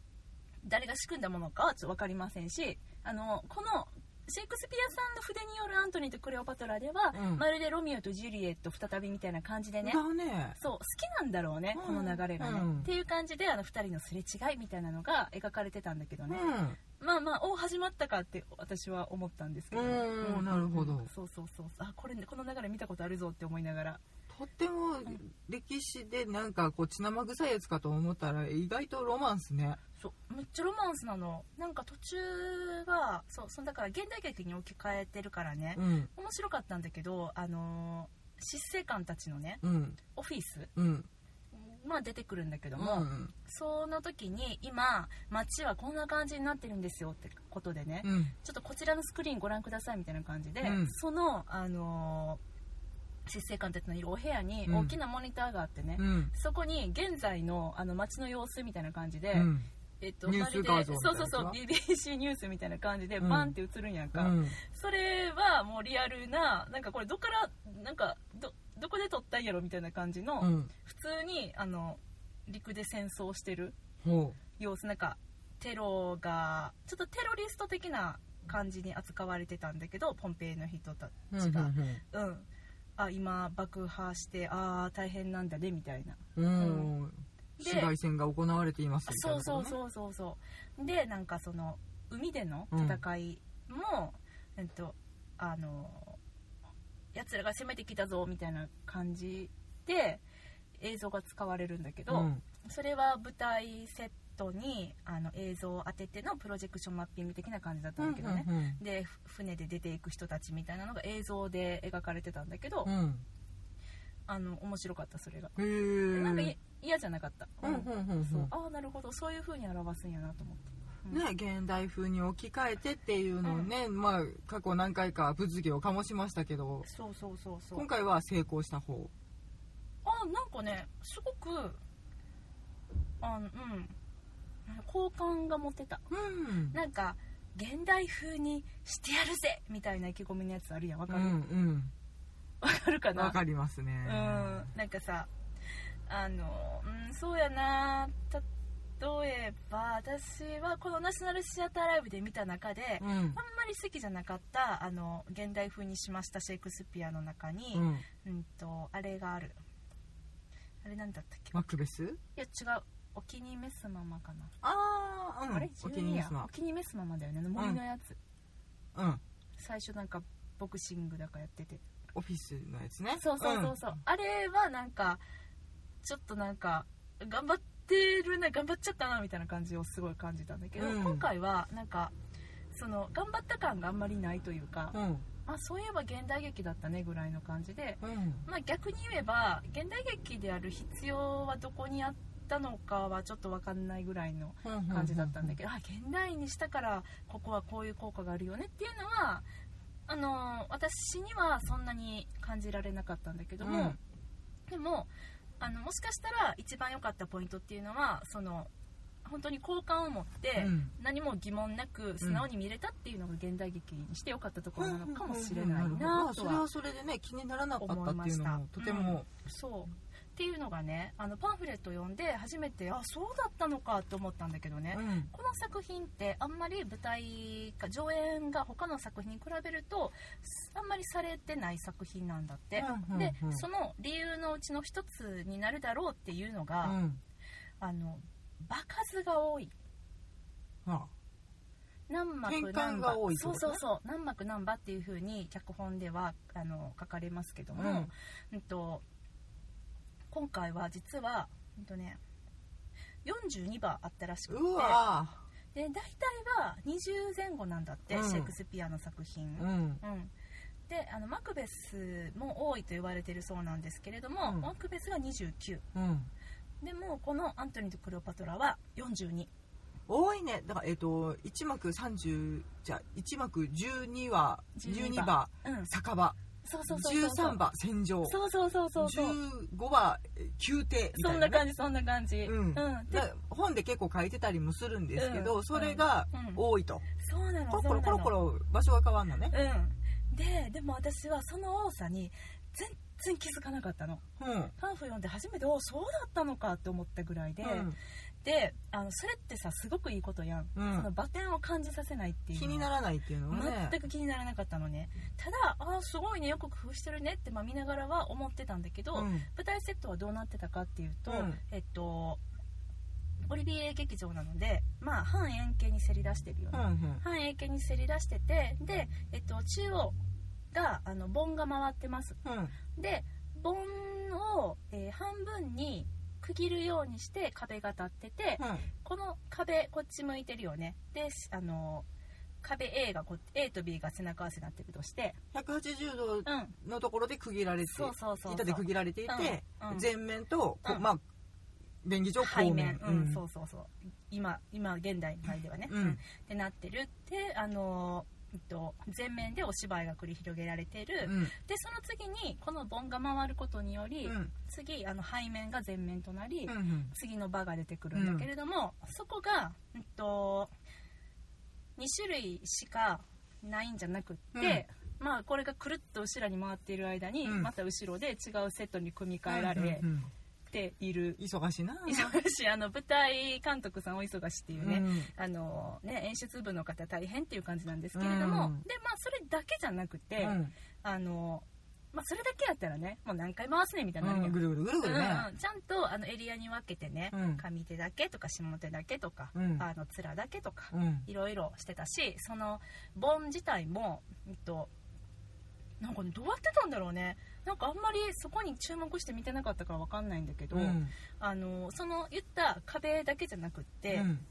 A: 誰が仕組んだものかはちょっと分かりませんしあのこのシェイクスピアさんの筆によるアントニーとクレオパトラでは、
B: うん
A: まるでロミオとジュリエット再びみたいな感じでね、
B: だね
A: そう好きなんだろうね、
B: うん
A: この流れがね、
B: うん
A: っていう感じであの2人のすれ違いみたいなのが描かれてたんだけど
B: う
A: ね、
B: ん
A: まあまあお始まったかって私は思ったんですけど、
B: うんなるほど
A: そうそうそうそうあこれこの流れ見たことあるぞって思いながら
B: とっても歴史でなんかこう血生臭いやつかと思ったら意外とロマンスね
A: そうめっちゃロマンスなのなんか途中がそうそのだから現代劇に置き換えてるからね、
B: うん
A: 面白かったんだけどあのー執政官たちのね
B: うん
A: オフィス
B: うん
A: まあ出てくるんだけども、
B: うん
A: その時に今街はこんな感じになってるんですよってことでね、
B: うん
A: ちょっとこちらのスクリーンご覧くださいみたいな感じで、
B: うん
A: その、あのー、執政官たちのいるお部屋に
B: うん
A: 大きなモニターがあってね、
B: うん
A: そこに現在のあの街の様子みたいな感じで、
B: うん
A: えっと、
B: ニュース画像みた
A: そ
B: いう
A: そ
B: なや
A: う
B: つ
A: そう
B: は
A: BBC ニュースみたいな感じで
B: うん
A: バンって映るんやんか、
B: うん
A: それはもうリアルななんかこれどっからなんかどどこで撮ったんやろみたいな感じの、
B: うん
A: 普通にあの陸で戦争してる
B: ほ
A: 様子なんかテロがちょっとテロリスト的な感じに扱われてたんだけどポンペイの人た
B: う
A: ちが、
B: うん
A: うんあ今爆破してああ大変なんだねみたいな
B: うんうん
A: で
B: 紫外線が行われていますみたい
A: そうそう
B: なう
A: そうそうそうでなんかその海での戦いも、えっとあのやつらが攻めてきたぞみたいな感じで映像が使われるんだけど、
B: うん
A: それは舞台セットにあの映像を当ててのプロジェクションマッピング的な感じだったんだけどね、
B: うん
A: でふ船で出ていく人たちみたいなのが映像で描かれてたんだけど、
B: うん
A: あの面白かったそれが、
B: へえ
A: なんかい嫌じゃなかった、
B: うんうんうんうん
A: そうああなるほどそういう風に表すんやなと思って、うん
B: ね、現代風に置き換えてっていうのをね、まあ、過去何回か物議を醸しましたけど
A: そうそうそうそう
B: 今回は成功した方
A: あなんかねすごくあのうん好感が持てた
B: うん
A: なんか現代風にしてやるぜみたいな意気込みのやつあるやんわ
B: う
A: かる、
B: ん
A: わかるか
B: うん
A: な
B: わかりますね
A: うんなんかさあのうんそうやな例えば私はこのナショナルシアターライブで見た中で、
B: う
A: あん
B: ん
A: まり好きじゃなかったあの現代風にしましたシェイクスピアの中に、
B: う
A: うん、
B: ん
A: とあれがあるあれなんだったっけ
B: マクベス
A: いや違うお気に召すままかな、
B: ああ、うん、
A: あれ
B: お気
A: 12
B: に召
A: や
B: すな
A: お気に召すままだよねあの森のやつ、
B: うん
A: 最初なんかボクシングだかやってて
B: オフィスのやつね
A: そうそうそうそう、あれはなんかちょっとなんか頑張ってるな頑張っちゃったなみたいな感じをすごい感じたんだけど、
B: うん
A: 今回はなんかその頑張った感があんまりないというか、
B: うんうん
A: あそういえば現代劇だったねぐらいの感じで、
B: うん
A: まあ、逆に言えば現代劇である必要はどこにあったのかはちょっと分かんないぐらいの
B: うん
A: 感じだったんだけど、あ現代にしたからここはこういう効果があるよねっていうのはあの私にはそんなに感じられなかったんだけども、
B: うん
A: でもあのもしかしたら一番良かったポイントっていうのはその本当に好感を持って、
B: うん
A: 何も疑問なく素直に見れたっていうのが現代劇にして良かったところなのかもしれないなと
B: それ
A: は
B: はそれでね気にならなかったっていうのもとても、
A: そうっていうのがねあのパンフレットを読んで初めてあそうだったのかと思ったんだけどね、
B: うん
A: この作品ってあんまり舞台か上演が他の作品に比べるとすあんまりされてない作品なんだって、
B: うんうん
A: で
B: うん
A: その理由のうちの一つになるだろうっていうのが、
B: うん
A: あの場数が多い
B: あ
A: 何幕
B: 転
A: 何
B: 換
A: 場
B: が多いって
A: そ
B: こ
A: う
B: と
A: そ
B: ね
A: うそう何幕何場っていう風に脚本ではあの書かれますけども、うんと、今回は実は、うんとね、42場あったらしくて
B: うわ
A: で大体は20前後なんだって、
B: うん
A: シェイクスピアの作品、
B: ーうん
A: うんであのマクベスも多いと言われてるそうなんですけれども、
B: うん
A: マクベスが29
B: うん
A: でもこのアントニーとクレオパトラは42
B: 多いねだからえっ、と1幕30じゃあ1幕12話
A: 12
B: 12
A: 話
B: 話
A: うん
B: 酒場
A: そうそうそうそう
B: 13話戦場
A: そうそうそうそうそう
B: 15話えー宮廷みた
A: そ
B: い
A: んな
B: なね
A: 感じそんな感じ
B: うん
A: で
B: だ本で結構書いてたりもするんですけど、
A: うん
B: それが
A: うん
B: 多いと、
A: そうなの
B: コロコロコロコロ場所が変わんのね
A: そうなのうんででも私はその多さに全然気づかなかったの
B: うんうん
A: パンフ読んで初めておそうだったのかって思ったぐらいで、であのそれってさすごくいいことやん、
B: うん
A: そのバテンを感じさせないっていうの
B: 気にならないっていうのもね
A: 全く気にならなかったのねただあーすごいねよく工夫してるねって、まあ、見ながらは思ってたんだけど、
B: うん
A: 舞台セットはどうなってたかっていうと、
B: うん
A: えっとオリビエ劇場なので、まあ、半円形にせり出してるよ
B: う
A: ね、
B: んうん
A: 半円形にせり出しててで、えっと、中央があの盆が回ってます
B: うん
A: で盆を、えー半分に区切るようにして壁が立ってて、この壁こっち向いてるよねでしあの壁 A がこ A と B が背中合わせになってるとして
B: 180度
A: うん
B: のところで区切られて
A: そうそうそう
B: 板で区切られていて、
A: うんうん
B: 前面と、こ
A: うん
B: まあ便宜上
A: 背
B: 後
A: 面
B: 面
A: うん、そうそうそう今今現代の範囲ではね、
B: うん
A: ってなってるってあのえっと前面でお芝居が繰り広げられてる、
B: うん
A: でその次にこの盆が回ることにより、
B: うん
A: 次あの背面が前面となり、
B: うん
A: 次の場が出てくるんだけれども、そこが、うんと、2種類しかないんじゃなくって、まあこれがくるっと後ろに回っている間に、
B: うん
A: また後ろで違うセットに組み替えられ
B: うんうん
A: ている、
B: 忙しいな
A: (laughs) 忙しいあの舞台監督さんお忙しいっていうね、
B: うん
A: あのね、演出部の方大変っていう感じなんですけれども、
B: うん
A: でまあ、それだけじゃなくて、
B: うん
A: あのまあ、それだけやったらねもう何回回すねみたいになるやん
B: うんぐるぐるぐるぐ
A: うん
B: る
A: うん
B: ね、
A: ちゃんとあのエリアに分けてね、
B: うん
A: 上手だけとか下手だけとか、
B: うん
A: あの面だけとか、
B: うん
A: いろいろしてたしその盆自体も、えっと、なんかねどうやってたんだろうねなんかあんまりそこに注目して見てなかったから分かんないんだけど、
B: うん
A: あのその言った壁だけじゃなくって、
B: うん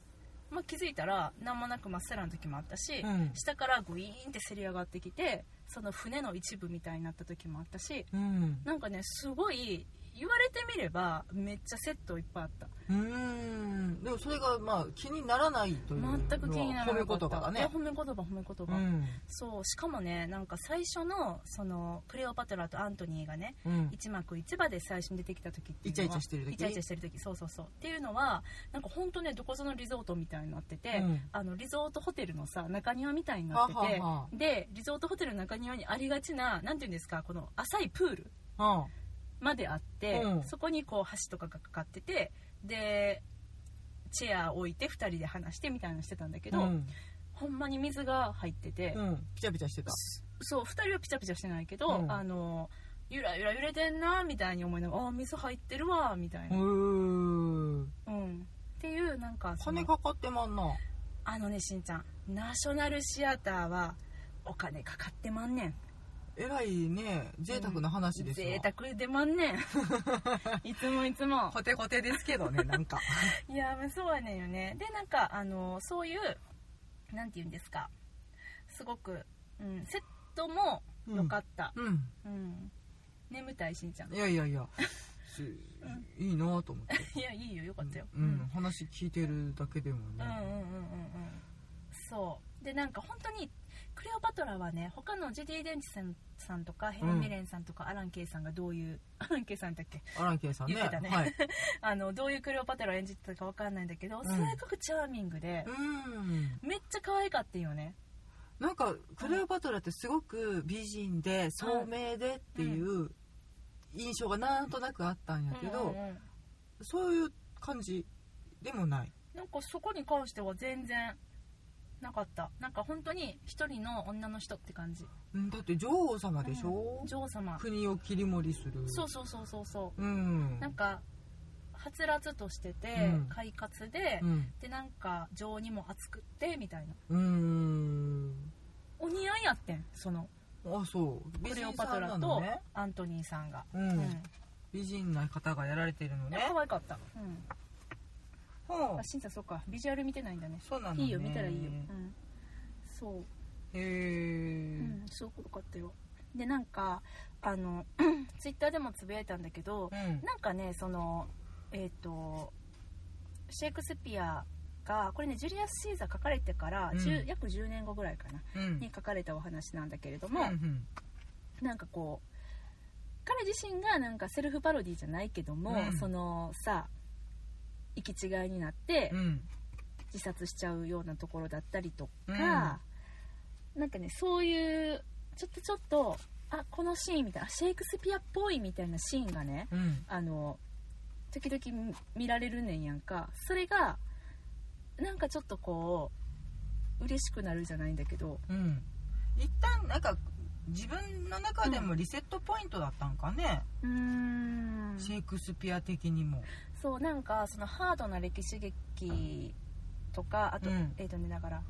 A: まあ、気づいたら何もなく真っさらの時もあったし、
B: うん
A: 下からグイーンってせり上がってきてその船の一部みたいになった時もあったし
B: うん
A: なんかねすごい言われてみればめっちゃセットいっぱいあった
B: うんでもそれがまあ気にならないというのは
A: 全く気にならなか
B: 褒
A: っ
B: め
A: た
B: 言葉が
A: いや
B: ね
A: 褒め言葉褒め言葉、
B: ん
A: そうしかもねなんか最初のそのクレオパトラとアントニーがね
B: うん
A: 一幕一場で最初に出てきた時っていうのは
B: イチャイチャしてる時
A: イチャイチャしてる時そうそうそうっていうのはなんか本当ねどこぞのリゾートみたいになってて、
B: うん
A: あのリゾートホテルのさ中庭みたいになってて
B: はあはあは
A: でリゾートホテルの中庭にありがちななんていうんですかこの浅いプール
B: うん
A: まであって、
B: うん
A: そこにこう箸とかがかかっててでチェア置いて2人で話してみたいなのしてたんだけど、
B: うん
A: ほんまに水が入ってて、
B: うんピチャピチャしてた
A: そう2人はピチャピチャしてないけど、
B: うん
A: あのゆらゆら揺れてんなみたいに思いながらあー水入ってるわみたいうな、
B: ーん
A: うんっていうなんかその
B: 金かかってまんな
A: あのねしんちゃんナショナルシアターはお金かかってまんねん
B: えらいね贅沢な話ですわ
A: 贅沢でまんね
B: (laughs)
A: んいつもいつも
B: コテコテですけど (laughs) ねなんか
A: いやーそうやねんよねでなんかあのそういうなんて言うんですかすごく、うん、セットも良かった、
B: うん
A: うん眠たいしんちゃん
B: いやいやいやすいいなと思って
A: いやいいよよかったよ、
B: うんうん話聞いてるだけでも
A: うんうんうんうん
B: ね
A: うんそうでなんか本当にクレオパトラはね他のジェディ・デンチさんさんとかヘレン・ミレンさんとかアラン・ケイさんがどういう、 (laughs) アラン・ケイさんだっけ
B: アランケイさんね
A: 言ってたね (laughs)
B: はい
A: あのどういうクレオパトラを演じてたかわかんないんだけど、
B: ん
A: すごくチャーミングで
B: う、ん
A: めっちゃ可愛かったよね
B: なんかクレオパトラってすごく美人で聡明でっていう印象がなんとなくあったんやけ
A: うんう
B: ど
A: んうん
B: そういう感じでもない
A: なんかそこに関しては全然なかったなんか本当に一人の女の人って感じ
B: うんだって女王様でしょ
A: 女王様
B: 国を切り盛りする
A: そうそうそうそうそううんなんかはつらつとしてて、
B: うん
A: 快活で、
B: うん
A: でなんか情にも熱くってみたいな
B: うーん
A: お似合いやってんその
B: あそう美
A: クレオ
B: 人
A: パ
B: さ
A: ト
B: ん
A: ラ
B: な
A: と
B: のね
A: アントニーさんが
B: うん
A: うん、
B: 美人な方がやられてるのね
A: 可愛かった、うん、
B: ほ
A: あしんちゃんそうかビジュアル見てないんだね
B: そうなのね
A: いいよ見たらいいよ、うん、そう
B: へえ
A: うん、すごく良かったよでなんかあの (clears throat) ツイッターでもつぶやいたんだけど
B: うん
A: なんかねそのえっ、とシェイクスピアがこれねジュリアス・シーザー書かれてから、
B: うん
A: 10約10年後ぐらいかな
B: うん
A: に書かれたお話なんだけれど
B: う
A: も、
B: ん
A: なんかこう彼自身がなんかセルフパロディじゃないけども、
B: うん
A: そのさ行き違いになって
B: うん
A: 自殺しちゃうようなところだったりとか、なんかねそういうちょっとちょっとあこのシーンみたいなシェイクスピアっぽいみたいなシーンがね
B: うん
A: あの時々見られるねんやんかそれがなんかちょっとこう嬉しくなるじゃないんだけど
B: うん一旦なんか自分の中でもリセットポイントだったんかね、
A: うーん
B: シェイクスピア的にも
A: そうなんかそのハードな歴史劇とかあと、
B: うん
A: えっ、とねだから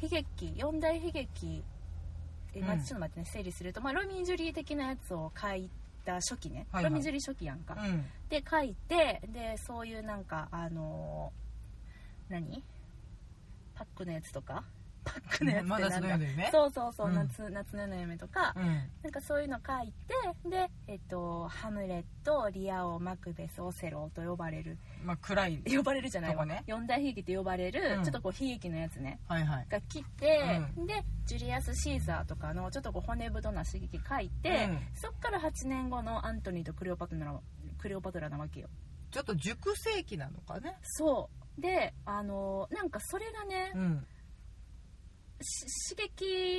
A: 悲劇四大悲劇えまあ
B: うん
A: ちょっと待ってね整理すると、まあ、ロミー・ジュリー的なやつを書いた初期ね、
B: はいは
A: ロ
B: い
A: ミー・ジュリー初期やんか、
B: うん
A: で書いてでそういうなんかあのー何パックのやつとかパックのやつって
B: まだ
A: な
B: そ
A: ん
B: の
A: だ、
B: ような夢
A: そうそうそう、
B: うん
A: 夏夏の夢とか、
B: うん
A: なんかそういうの書いてで、えっと、ハムレットリア王マクベスオセロと呼ばれる
B: まあ暗い
A: 呼ばれるじゃない
B: と
A: わ、
B: こね
A: 四大悲劇と呼ばれる、
B: うん
A: ちょっとこう悲劇のやつね
B: はいはい
A: が来て、
B: う
A: でジュリアス・シーザーとかのちょっとこう骨太な刺激書いて、
B: うん
A: そっから8年後のアントニーとクレオパトラなクレオパトラなわけよ
B: ちょっと熟成期なのかね
A: そうであのなんかそれがね、
B: うん
A: し刺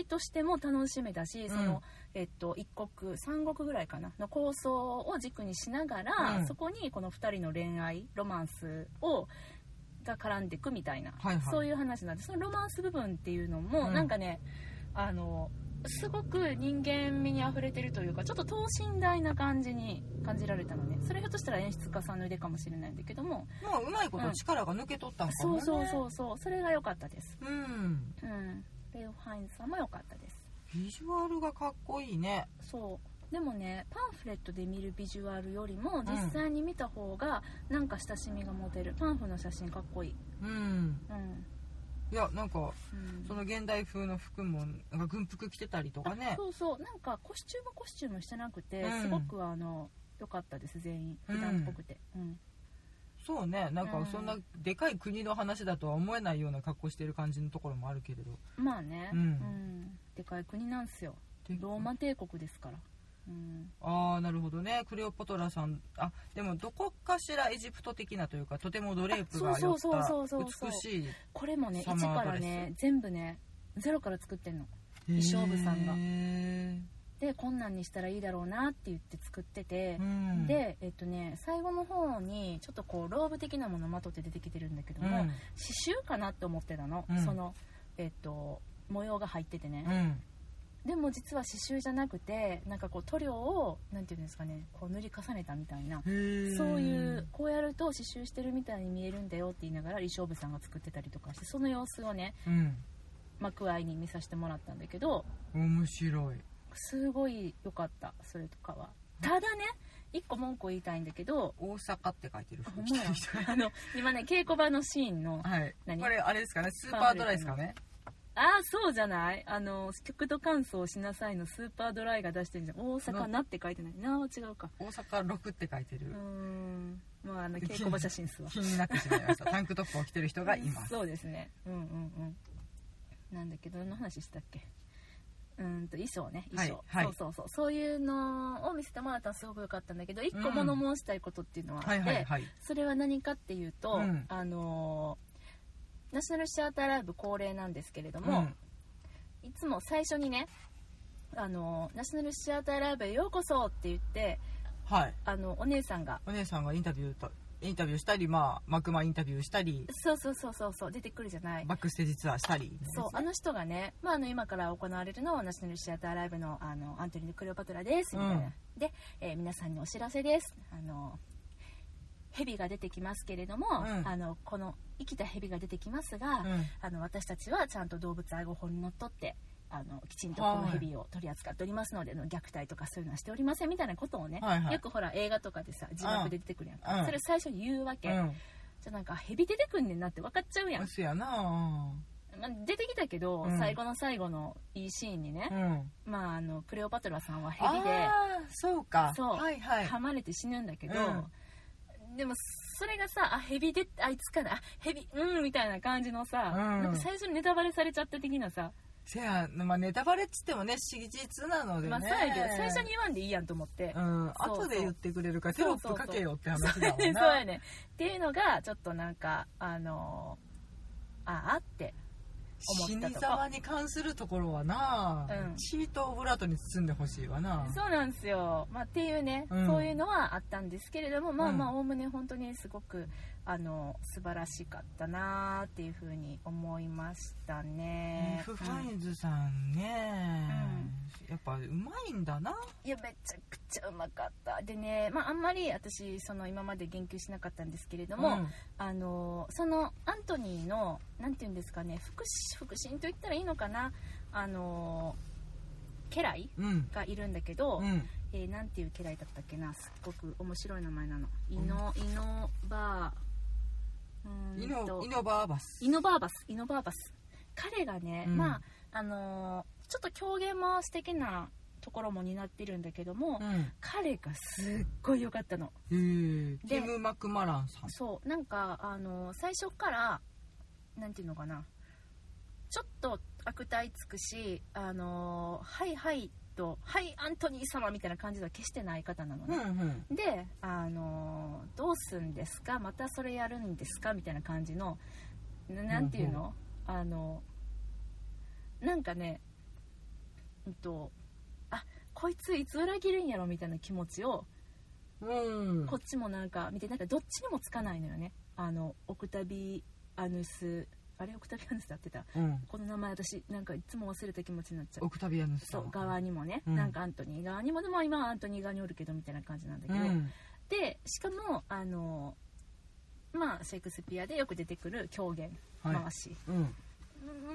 A: 激としても楽しめたし、そのえっと、一国三国ぐらいかなの構想を軸にしながら、
B: うん
A: そこにこの2人の恋愛ロマンスをが絡んでいくみたいな、
B: はいはい
A: そういう話なんでそのロマンス部分っていうのも、
B: うん
A: なんかねあのすごく人間味にあふれてるというかちょっと等身大な感じに感じられたのねそれひょっとしたら演出家さんの腕かもしれないんだけども、
B: まあうまいこと力が抜けとったんかも
A: そう
B: ね
A: そうそうそうそれが良かったです、
B: うん
A: うん、レオ・ハインズさんも良かったです
B: ビジュアルがかっこいいね
A: そうでもねパンフレットで見るビジュアルよりも実際に見た方がなんか親しみが持てる、パンフの写真かっこいい
B: うん
A: うん、
B: いやなんか
A: うん、
B: その現代風の服もなんか軍服着てたりとかね
A: そうそうなんかコスチュームコスチュームしてなくて、
B: うん
A: すごくあの良かったです全員
B: うん
A: 普段っぽくて、うん
B: そうねなん
A: う
B: か
A: ん
B: そんなでかい国の話だとは思えないような格好してる感じのところもあるけれど
A: まあね、
B: うん
A: でかい国なんすよ
B: で
A: ローマ帝国ですから、うん、
B: ああなるほどねクレオパトラさんあでもどこかしらエジプト的なというかとてもドレープが
A: そ
B: よ
A: うそうそうそう
B: っ
A: そ
B: た
A: う
B: 美しい
A: これもね
B: サマードレス
A: 一からね全部ねゼロから作ってんの衣装部さんが
B: へー
A: でこんなんにしたらいいだろうなって言って作ってて、
B: うん
A: で、えっとね、最後の方にちょっとこうローブ的なものまとって出てきてるんだけど
B: う
A: も、
B: ん
A: 刺繍かなって思ってたの、
B: うん
A: その、えっと、模様が入っててね
B: う、ん
A: でも実は刺繍じゃなくてなんかこう塗料をなんていうんですかねこう塗り重ねたみたいな、
B: へー
A: そういうこうやると刺繍してるみたいに見えるんだよって言いながら衣装部さんが作ってたりとかしてその様子をね
B: うん
A: 幕間に見させてもらったんだけど
B: 面白い
A: すごい良かったそれとかは。ただね一個文句を言いたいんだけど、
B: 大阪って書いてる
A: ほ
B: 服
A: ん
B: 着
A: ま
B: て
A: や
B: る人
A: あの今ね稽古場のシーンのあ
B: はい
A: 何
B: これあれですかねスーパードライですかね
A: あそうじゃないあの極度乾燥しなさいのスーパードライが出してるじゃん大阪なって書いてないなあ違うか
B: 大阪6って書いて
A: う
B: る
A: ーんまああの稽古場写真っすわ
B: 気になってしまいま
A: (laughs)
B: したタンクトップを着てる人がいます
A: そうですねうんうんうんなんだけど何の話したっけうーんと衣装ね衣装、
B: はいはい
A: そうそうそうそういうのを見せてもらったのすごく良かったんだけど一個物申したいことっていうのはあって、
B: はいはいはい
A: それは何かっていうと、
B: うん
A: あのーナショナルシアターライブ恒例なんですけれども、いつも最初にね、あのーナショナルシアターライブへようこそって言って、
B: はい
A: あの、お姉さんが、
B: お姉さんがインタビューとインタビューしたりまあ幕間インタビューしたり
A: そうそうそうそうそう、出てくるじゃない。
B: バックステージツアーしたりです
A: そう、あの人がね、まあ、あの、今から行われるのはナショナルシアターライブの、あの、アントニー・クレオパトラです、みたいな。
B: うん
A: で、えー皆さんにお知らせです。あのー、蛇が出てきますけれども、
B: ん
A: あの、この生きた蛇が出てきますが、
B: うん
A: あの私たちはちゃんと動物愛護法にのっとってあのきちんとこのヘビを取り扱っておりますので、あの虐待とかそういうのはしておりませんみたいなことをね、
B: はいはい
A: よくほら映画とかでさ字幕で出てくるやんか、
B: うん
A: それ最初に言うわけ、
B: うん
A: じゃあなんかヘビ出てくんねんなって分かっちゃうやん、
B: 嘘やな
A: まあ出てきたけど、
B: うん
A: 最後の最後のいいシーンにね
B: う、ん
A: まああのクレオパトラさんはヘビで
B: あーそうか
A: そう
B: はいはい
A: 噛まれて死ぬんだけど、
B: うん
A: でもそれがさあヘビであいつかなあヘビうんみたいな感じのさ、
B: うん
A: なんか最初にネタバレされちゃった的なさ、
B: せやまあネタバレっつってもね史実なのでね
A: まあ、そうやけど最初に言わんでいいやんと思って、
B: うん
A: そうそう
B: 後で言ってくれるからテ
A: そ
B: ロ
A: う
B: ッ
A: そうそう
B: プかけよって話だも
A: で (laughs)
B: ん
A: そう
B: な
A: やねっていうのがちょっとなんかあのーああって思
B: 死
A: った
B: に
A: とか
B: 様に関するところはな、
A: うん
B: チートオブラートに包んでほしいわな
A: そうなんですよ、まあ、っていうね、
B: うん
A: そういうのはあったんですけれどもまあ
B: うん
A: まあおおむね本当にすごくあの素晴らしかったなーっていうふうに思いました
B: ね
A: ね、
B: フファインズさんね、やっぱうまいんだない
A: やめちゃくちゃうまかったでね、まあ、あんまり私その今まで言及しなかったんですけれども、
B: うん
A: あのそのアントニーのなんていうんですかね腹心腹心と言ったらいいのかなあの家来
B: うん
A: がいるんだけど、
B: うん
A: えーなんていう家来だったっけなすっごく面白い名前なのイノ、イノバーう
B: イ
A: ーんと
B: ノイノバーバス
A: イノバーバスイノバーバス彼がね、
B: うん
A: まああのーちょっと狂言回し的なところも担ってるんだけども、
B: うん
A: 彼がすっごい良かったの
B: へー
A: で
B: ティム・マクマランさん
A: そうなんかあの最初からなんていうのかなちょっと悪態つくしあのはいはいと「はいアントニー様」みたいな感じでは決してない方なの
B: うん
A: ね、
B: うん
A: であのどうすんですかまたそれやるんですかみたいな感じのななんていうの、あのなんかねうんとあこいついつ裏切るんやろみたいな気持ちを
B: うん
A: こっちもなんか見てなんかどっちにもつかないのよねあのオクタビアヌスあれオクタビアヌスだってた
B: うん
A: この名前私なんかいつも忘れた気持ちになっちゃう
B: オクタビアヌスさ
A: そ
B: ん
A: う側にもね、
B: うん
A: なんかアントニー側にもでも今はアントニー側におるけどみたいな感じなんだけ
B: う
A: ど、
B: ん
A: でしかもあのまあシェイクスピアでよく出てくる狂言
B: はい
A: 回し、
B: うん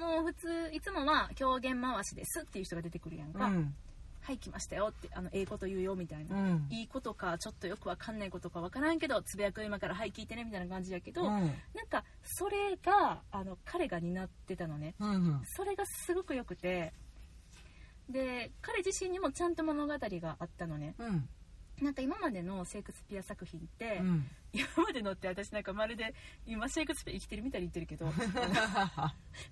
A: もう普通いつもは狂言回しですっていう人が出てくるやん
B: う
A: か、
B: ん
A: はい来ましたよってあのええこと言うよみたいな
B: う、ん
A: いいことかちょっとよくわかんないことかわからんけどつぶやく今から「はい聞いてね」みたいな感じやけど、
B: うん
A: なんかそれがあの彼が担ってたのね
B: うんうん
A: それがすごくよくてで彼自身にもちゃんと物語があったのね
B: うん
A: なんか今までのシェイクスピア作品
B: (laughs)
A: って、
B: うん
A: (laughs) 今までのって私なんかまるで今シェイクスピア生きてるみたいに言ってるけどこ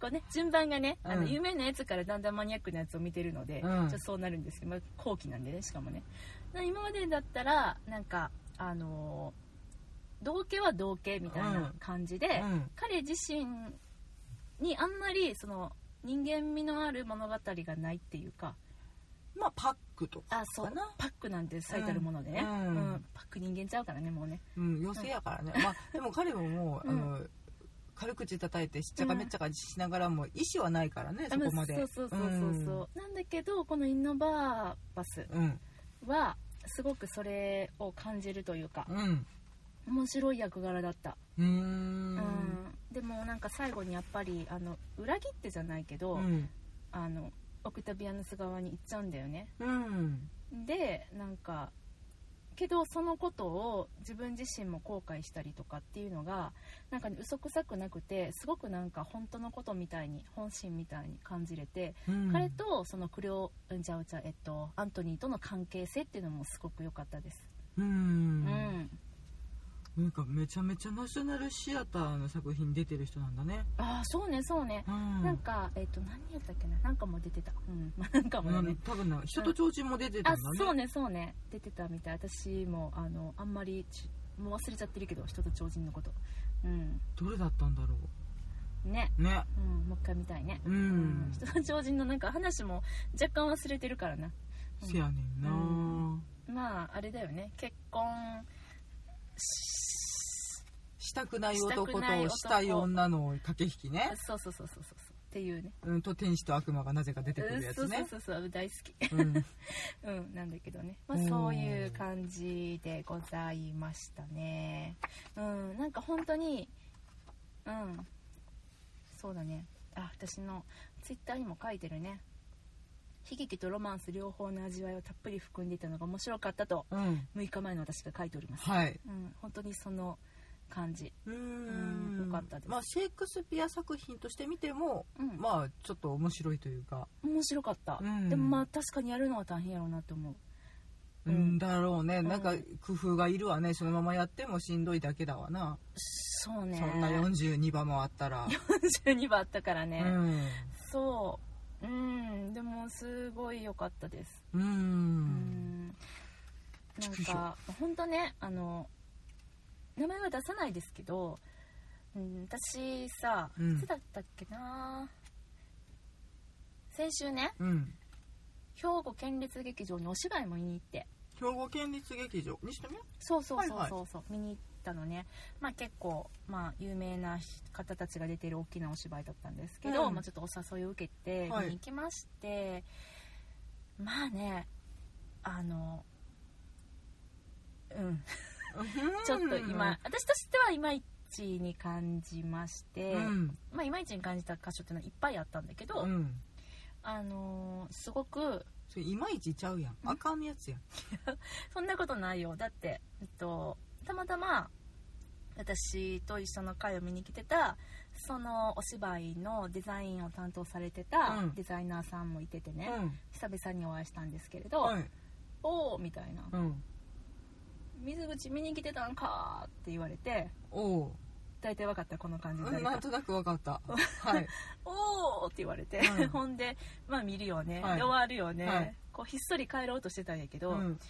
A: うね順番がねあの
B: うん
A: 有名なやつからだんだんマニアックなやつを見てるので、
B: う
A: ちょ
B: ん
A: っとそうなるんですけど、まあ、後期なんでねしかもねな今までだったらなんかあのー道家は道家みたいな感じで、
B: うん
A: 彼自身にあんまりその人間味のある物語がないっていうか
B: まあパックとか
A: あそう
B: かな
A: パックなんて最たるものでね、
B: うんうん
A: パック人間ちゃうからねもうね
B: うん寄せやからねまあでも彼もも
A: (laughs)
B: う
A: う
B: あ
A: ん
B: の軽口叩いてしっちゃかめっちゃかしながらも意思はないからねそこまで
A: そうそうそうそうそう、なんだけどこのインノバーバス
B: うん
A: はすごくそれを感じるというか
B: うん
A: 面白い役柄だった、
B: うー
A: うん
B: ん
A: でもなんか最後にやっぱりあの裏切ってじゃないけど、
B: うん
A: あのオクタビアヌス側に行っちゃうんだよね
B: うん
A: でなんかけどそのことを自分自身も後悔したりとかっていうのがなんかね嘘くさくなくてすごくなんか本当のことみたいに本心みたいに感じれて
B: うん
A: 彼とそのクレオうんじゃうちゃえっとアントニーとの関係性っていうのもすごく良かったです。
B: う
A: うんん。
B: なんかめちゃめちゃナショナルシアターの作品出てる人なんだね
A: ああそうねそうね。
B: うん
A: なんかえっと何やったっけななんかも出てた。うん (laughs) まあなんかも
B: う
A: だね
B: ん。多分な人と超人も出てた
A: あ
B: んだね
A: そうねそうね出てたみたい。私もあのあんまりちもう忘れちゃってるけど人と超人のこと。うん
B: どれだったんだろ
A: ね。
B: うね
A: うんもう一回見たいね。
B: うん
A: うん人と超人のなんか話も若干忘れてるからな。うん
B: せやねんな
A: うんまああれだよね結婚し
B: したくない男
A: したくない
B: と
A: 男
B: したい女の駆け引きね
A: そうそうそうそうそうそうっていうね
B: うんと天使と悪魔がなぜか出てくるやつね
A: そうそうそうそう大好き
B: うん
A: うんなんだけどね、まあ
B: う、ん
A: そういう感じでございましたねうんなんか本当にうんそうだねあ私のツイッターにも書いてるね悲劇とロマンス両方の味わいをたっぷり含んでいたのが面白かったと
B: うん
A: 6日前の私が書いております、
B: はい
A: うん、本当にその感じ
B: う
A: うんよかったです
B: まあシェイクスピア作品として見ても
A: うん
B: まあちょっと面白いというか
A: 面白かった、
B: うん
A: でもまあ確かにやるのは大変やろうなと思うう
B: う
A: ん
B: んだろうね
A: ん
B: なんか工夫がいるわねそのままやってもしんどいだけだわな
A: そうね
B: そんな42
A: (laughs)
B: 番もあったら
A: 42番あったから
B: う
A: ね、
B: ん
A: そううんでもすごい良かったです
B: う
A: うんんなん
B: 畜生
A: か本当ねあの名前は出さないですけど、うん、私さ、
B: うん
A: いつだったっけな先週ね
B: うん
A: 兵庫県立劇場にお芝居も見に行って
B: 兵庫県立劇場西富
A: そうそうそう
B: はい
A: そうそう、見に行ったのねまあ結構まあ有名な方たちが出てる大きなお芝居だったんですけど、
B: うん
A: まあちょっとお誘いを受けて
B: はい
A: 見に行きまして、まあねあのうんちょっと今、私としてはいまいちに感じまして、
B: うん
A: まあいまいちに感じた箇所っていうのはいっぱいあったんだけど、
B: うん
A: あのーすごく
B: それいまいちちゃうやんあかんやつやん
A: そんなことないよだって、えっと、たまたま私と一緒の会を見に来てたそのお芝居のデザインを担当されてた
B: うん
A: デザイナーさんもいててね、
B: うん
A: 久々にお会いしたんですけれど、
B: はい
A: おおみたいな
B: うん
A: 「水口見に来てたんか」って言われて
B: おう
A: 大体分かったこの感じ
B: う
A: に
B: ん
A: なる
B: なんとなくわかった
A: (laughs)
B: はい
A: おおって言われて、
B: う
A: (laughs)
B: ん
A: ほんでまあ見るよね、
B: はい
A: で終わるよね、
B: はい
A: こうひっそり帰ろうとしてたんやけ
B: う
A: ど、
B: ん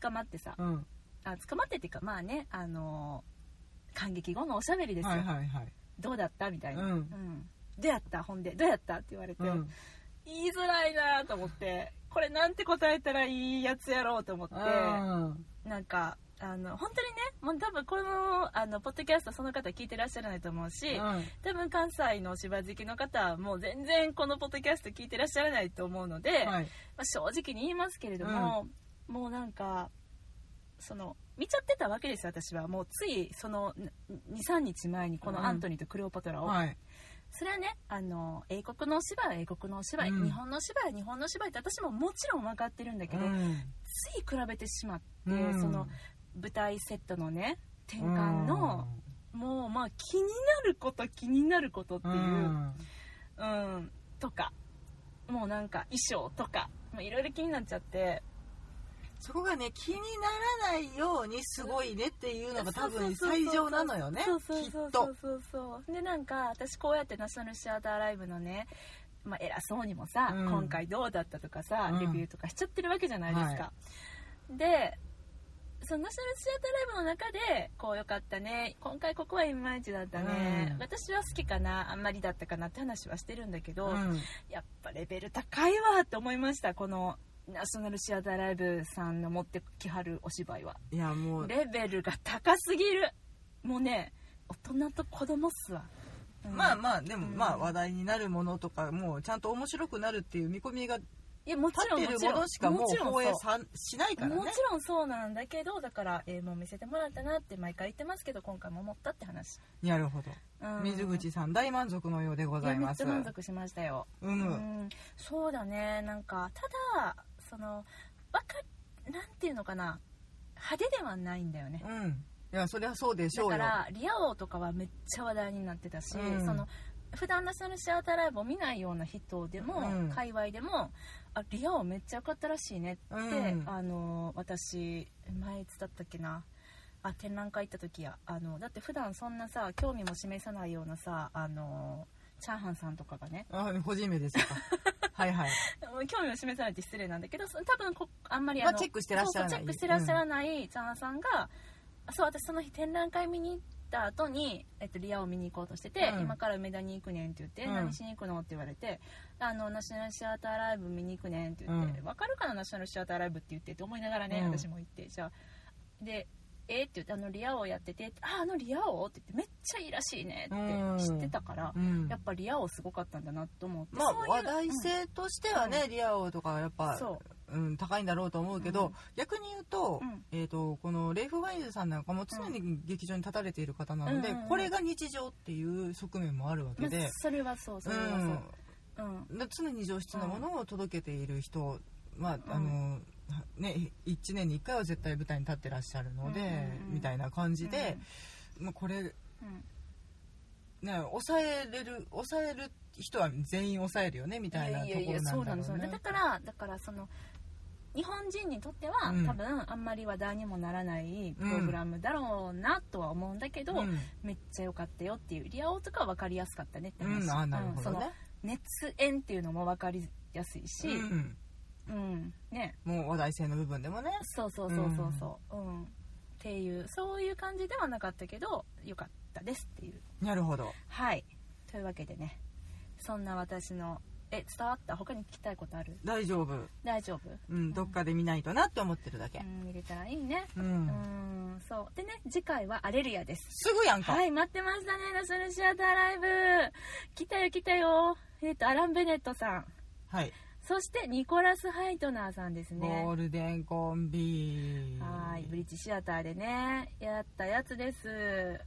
A: 捕まってさ
B: うん
A: あ捕まってっていうかまあねあのー感激後のおしゃべりですよ、
B: はいはいはい
A: どうだったみたいな、
B: うん
A: どうやったほんでどうやったって言われて、
B: うん
A: 言いづらいなと思ってこれなんて答えたらいいやつやろうと思って、
B: うん
A: なんかあの本当にねもう多分このあのポッドキャストその方聞いてらっしゃらないと思うし、
B: うん
A: 多分関西のお芝居好きの方はもう全然このポッドキャスト聞いてらっしゃらないと思うので、
B: はい
A: まあ正直に言いますけれども、もうなんかその見ちゃってたわけですよ私はもうついその23日前にこ
B: うん
A: のアントニーとクレオパトラを、
B: はい
A: それはねあの英国のお芝居は英国のお芝居、
B: うん
A: 日本のお芝居は日本のお芝居って私ももちろん分かってるんだけど、
B: うん
A: つい比べてしまって
B: うん
A: その舞台セットのね転換の、もうまあ気になること気になることって
B: う
A: い
B: ん
A: う。
B: うん
A: うん、とかもうなんか衣装とかもういろいろ気になっちゃって
B: そこがね気にならないようにすごいねっていうのが多分
A: そうそうそうそう
B: 最上なのよね
A: そうそう
B: きっ
A: そうそ
B: と
A: うそうそうでなんか私こうやってナショナルシアターライブのねまあ、偉そうにもさ、
B: うん
A: 今回どうだったとかさ、
B: うん
A: レビューとかしちゃってるわけじゃないですか、でそのナショナルシアターライブの中でこう良かったね今回ここはいまいちだったね、
B: うん
A: 私は好きかなあんまりだったかなって話はしてるんだけど、
B: うん
A: やっぱレベル高いわって思いましたこのナショナルシアターライブさんの持ってきはるお芝居はい
B: やもう
A: レベルが高すぎるもうね大人と子供っすわ、うん
B: まあまあでも
A: うん
B: まあ話題になるものとかもうちゃんと面白くなるっていう見込みが立
A: いやもちろん
B: って
A: も
B: る
A: ちろ
B: も
A: んも
B: のしかもう
A: ちろん
B: 放
A: そ
B: 映
A: う
B: さしないからね
A: もちろんそうなんだけどだから、えーもう見せてもらったなって毎回言ってますけど今回も思ったって話、
B: なるほど
A: うん
B: 水口さん大満足のようでございます
A: やめっちゃ満足しましたよ
B: う
A: うんん、そうだねなんかただそのわかなんていうのかな派手ではないんだよね
B: うんいやそりゃそうでし
A: だ
B: ょう
A: か
B: よ
A: らリア王とかはめっちゃ話題になってたし、
B: うん
A: その普段のそのシアターライブを見ないような人でも、
B: うん
A: 界隈でもあリア王めっちゃ良かったらしいね
B: う
A: って、
B: ん
A: あの私前いつだったっけなあ展覧会行った時やあのだって普段そんなさ興味も示さないようなさあのチャーハンさんとかがね
B: あ個人名
A: (laughs)
B: でしたかはいはい
A: 興味を示さないって失礼なんだけどその多分こあんまり
B: ま
A: あ
B: あ
A: の、
B: チェックしてらっしゃらな
A: そうそうチェ
B: い
A: ックしてらっしゃらないチャンさんが、そう私その日展覧会見に行った後に、えっとリアを見に行こうとしてて、
B: うん
A: 今から梅田に行くねんって言って、
B: うん
A: 何しに行くのって言われてあのナショナルシアターライブ見に行くねんって言って、
B: うん
A: わかるかなナショナルシアターライブって言ってって思いながらね、
B: うん
A: 私も行ってじゃあでえーって言ってあのリア王やっててああのリア王って言ってめっちゃいいらしいねって知ってたから、
B: うんうん
A: やっぱリア王すごかったんだなと思って
B: まあ
A: そういう
B: 話題性としてはね、
A: う
B: リア王とかはやっ
A: うん
B: ぱ
A: そう
B: うん、高いんだろうと思うけ
A: う
B: ど、
A: ん
B: 逆に言うと,、
A: うん
B: えー、とこのレイフ・ワイズさんなんかも常に劇場に立たれている方なので、
A: うんうんうん
B: これが日常っていう側面もあるわけ
A: まあ
B: で,、
A: それはそう
B: う
A: それは
B: ん、
A: そう、うん
B: で常に上質なものを届けている人、ま
A: ん
B: ああのね、1年に1回は絶対舞台に立ってらっしゃるので、
A: うんうんうん
B: みたいな感じで、まあ、これ、ね、
A: うんうん
B: 抑えれる抑える人は全員抑えるよねみたいなと
A: い
B: こ
A: やいやいや
B: ろ
A: そうな
B: なんん
A: で
B: だ
A: す
B: ろ
A: よ
B: う
A: ね
B: ね
A: だ。からだからその日本人にとっては、
B: うん
A: 多分あんまり話題にもならないプログラムだろうなとは思うんだけど、
B: うん
A: めっちゃ良かったよっていうリアオとかは分かりやすかったねって話、
B: うん、あなる
A: うん
B: ほ
A: そ
B: ど
A: の
B: ね、
A: 熱演っていうのも分かりやすいし、
B: う
A: うん
B: ん、
A: ね
B: もう話題性の部分でもね
A: そうそうそうそうそう、うんっていうそういう感じではなかったけど良かったですっていう
B: なるほど
A: はいというわけでねそんな私のえ伝わった他に聞きたいことある
B: 大丈夫、
A: 大丈夫
B: うん、どっかで見ないとなって思ってるだけ、
A: うん見れたらいいね
B: うん
A: うんそうでね次回は「アレルヤ」です
B: すぐやんか、
A: はい、待ってましたね、ナショナルシアターライブ。来たよ、来たよ。えっ、と、アラン・ベネットさん。
B: はい
A: そして、ニコラス・ハイトナーさんです
B: ゴ
A: ね
B: ー。ルデンコンビ
A: はい、ブリッジシアターでね、やったやつです。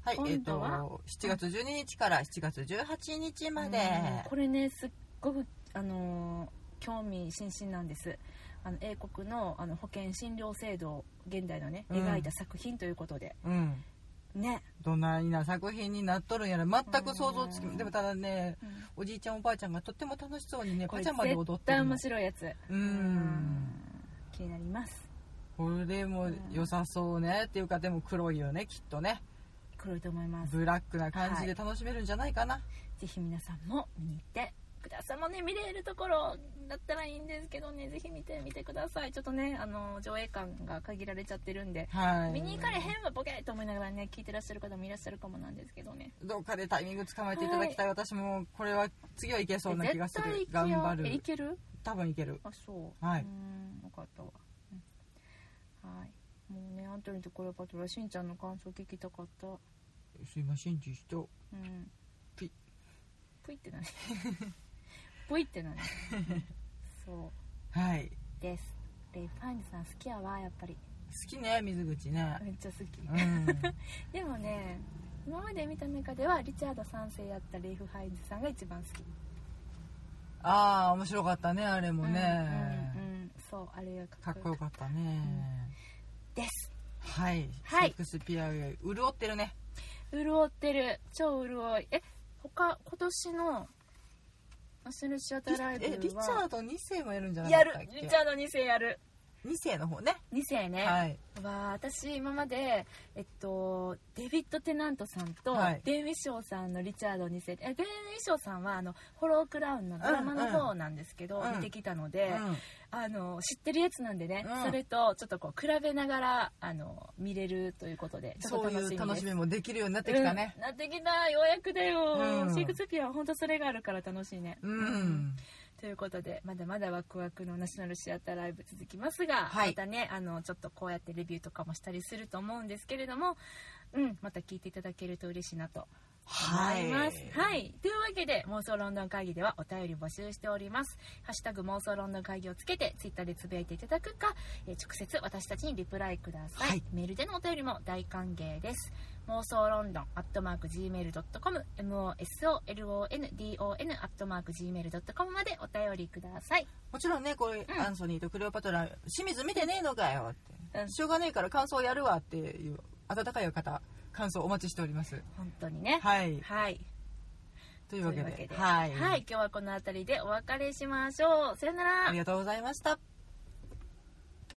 B: はい、えっ、
A: 今度は、
B: と7月12日から7月18日まで、
A: うんこれね、すっごく、あのー興味津々なんです。あの英国のあの保険診療制度を現代のね、
B: うん
A: 描いた作品ということで。
B: うん、
A: ね。
B: どんなにな作品になっとるんやら全く想像つき、
A: うん
B: でもただねおじいちゃんおばあちゃんがとっても楽しそうにね
A: こ
B: パ
A: れ
B: ジャマで踊っ
A: 絶
B: て
A: 対
B: るの
A: 面白いやつ。
B: う
A: うん
B: ん
A: 気になります。
B: これも良さそうねっていうかでも黒いよねきっとね
A: 黒いと思います。
B: ブラックな感じで楽しめるんじゃないかな、
A: ぜひ皆さんも見に行ってくださいもうね見れるところだったらいいんですけどねぜひ見てみてくださいちょっとねあの上映感が限られちゃってるんで
B: はい、
A: 見に行かれへんわボケーと思いながらね聞いてらっしゃる方もいらっしゃるかもなんですけどね
B: どっかでタイミング捕まえていただきたい、私もこれは次はいけそうな気がする
A: 絶対行
B: 頑
A: けよ
B: 張
A: えい
B: る
A: ける
B: 多分いける
A: あそう
B: はいう
A: ーんよかったわ、うんはいもうねアントニーとコレパトラしんちゃんの感想聞きたかった
B: すいませんじっと
A: うん
B: ぷい
A: ぷいって何 (laughs) ぷいって何そう
B: はい
A: ですレイ・ファインズさん好きやわやっぱり
B: 好きね水口ね
A: めっちゃ好き
B: うん
A: でもね今まで見た中ではリチャード3世やったレイフ・ハインズさんが一番好き
B: ああ面白かったねあれもね、
A: うんうんうんそうあれが
B: か
A: か
B: っ
A: っこ
B: こ
A: よ
B: よ
A: か
B: かったね、
A: ったです
B: はい、
A: はい
B: シェイクスピアが潤ってるね
A: 潤ってる超潤いえ他今年のナショナルシアターライブは
B: えリチャード2世もやるんじゃない
A: やるリチャード2世やる
B: 2世の方ね
A: 2世ね、
B: はい
A: わあ私今まで、えっと、デビッド・テナントさんと、
B: はい
A: デン・ウィショーさんのリチャード2世えデン・ウィショーさんはあの「ホロー・クラウン」のドラマの方なんですけど、
B: うんうん
A: 見てきたので、
B: うん
A: あの知ってるやつなんでね、
B: うん
A: それとちょっとこう比べながらあの見れるということでちょっ
B: そ
A: と
B: う
A: 楽しみで
B: い
A: す
B: う楽しみもできるようになってきたね
A: うんなってきたようやくだよ、
B: うん
A: シェイクスピアは本当それがあるから楽しいね
B: うん、
A: ということでまだまだワクワクのナショナルシアターライブ続きますが、
B: はい
A: またねあのちょっとこうやってレビューとかもしたりすると思うんですけれども、うん、また聞いていただけると嬉しいなと
B: は
A: 思
B: い
A: います。はい、というわけで妄想ロンドン会議ではお便り募集しております。ハッシュタグ妄想ロンドン会議をつけてツイッターでつぶやいていただくか、えー直接私たちにリプライください。
B: はい
A: メールでのお便りも大歓迎です。妄想ロンドンアットマーク gmail.com mosolondon アットマーク gmail.com までお便りください。
B: もちろんねこれ、
A: うん
B: アンソニーとクレオパトラ清水見てねえのかよって、
A: うん
B: しょうがねえから感想やるわっていう温かいお方感想お待ちしております
A: 本当にね。
B: はい
A: はい。
B: とい
A: と
B: うわけで
A: は
B: はい
A: い。今日はこの辺りでお別れしましょう。さよなら。
B: ありがとうございました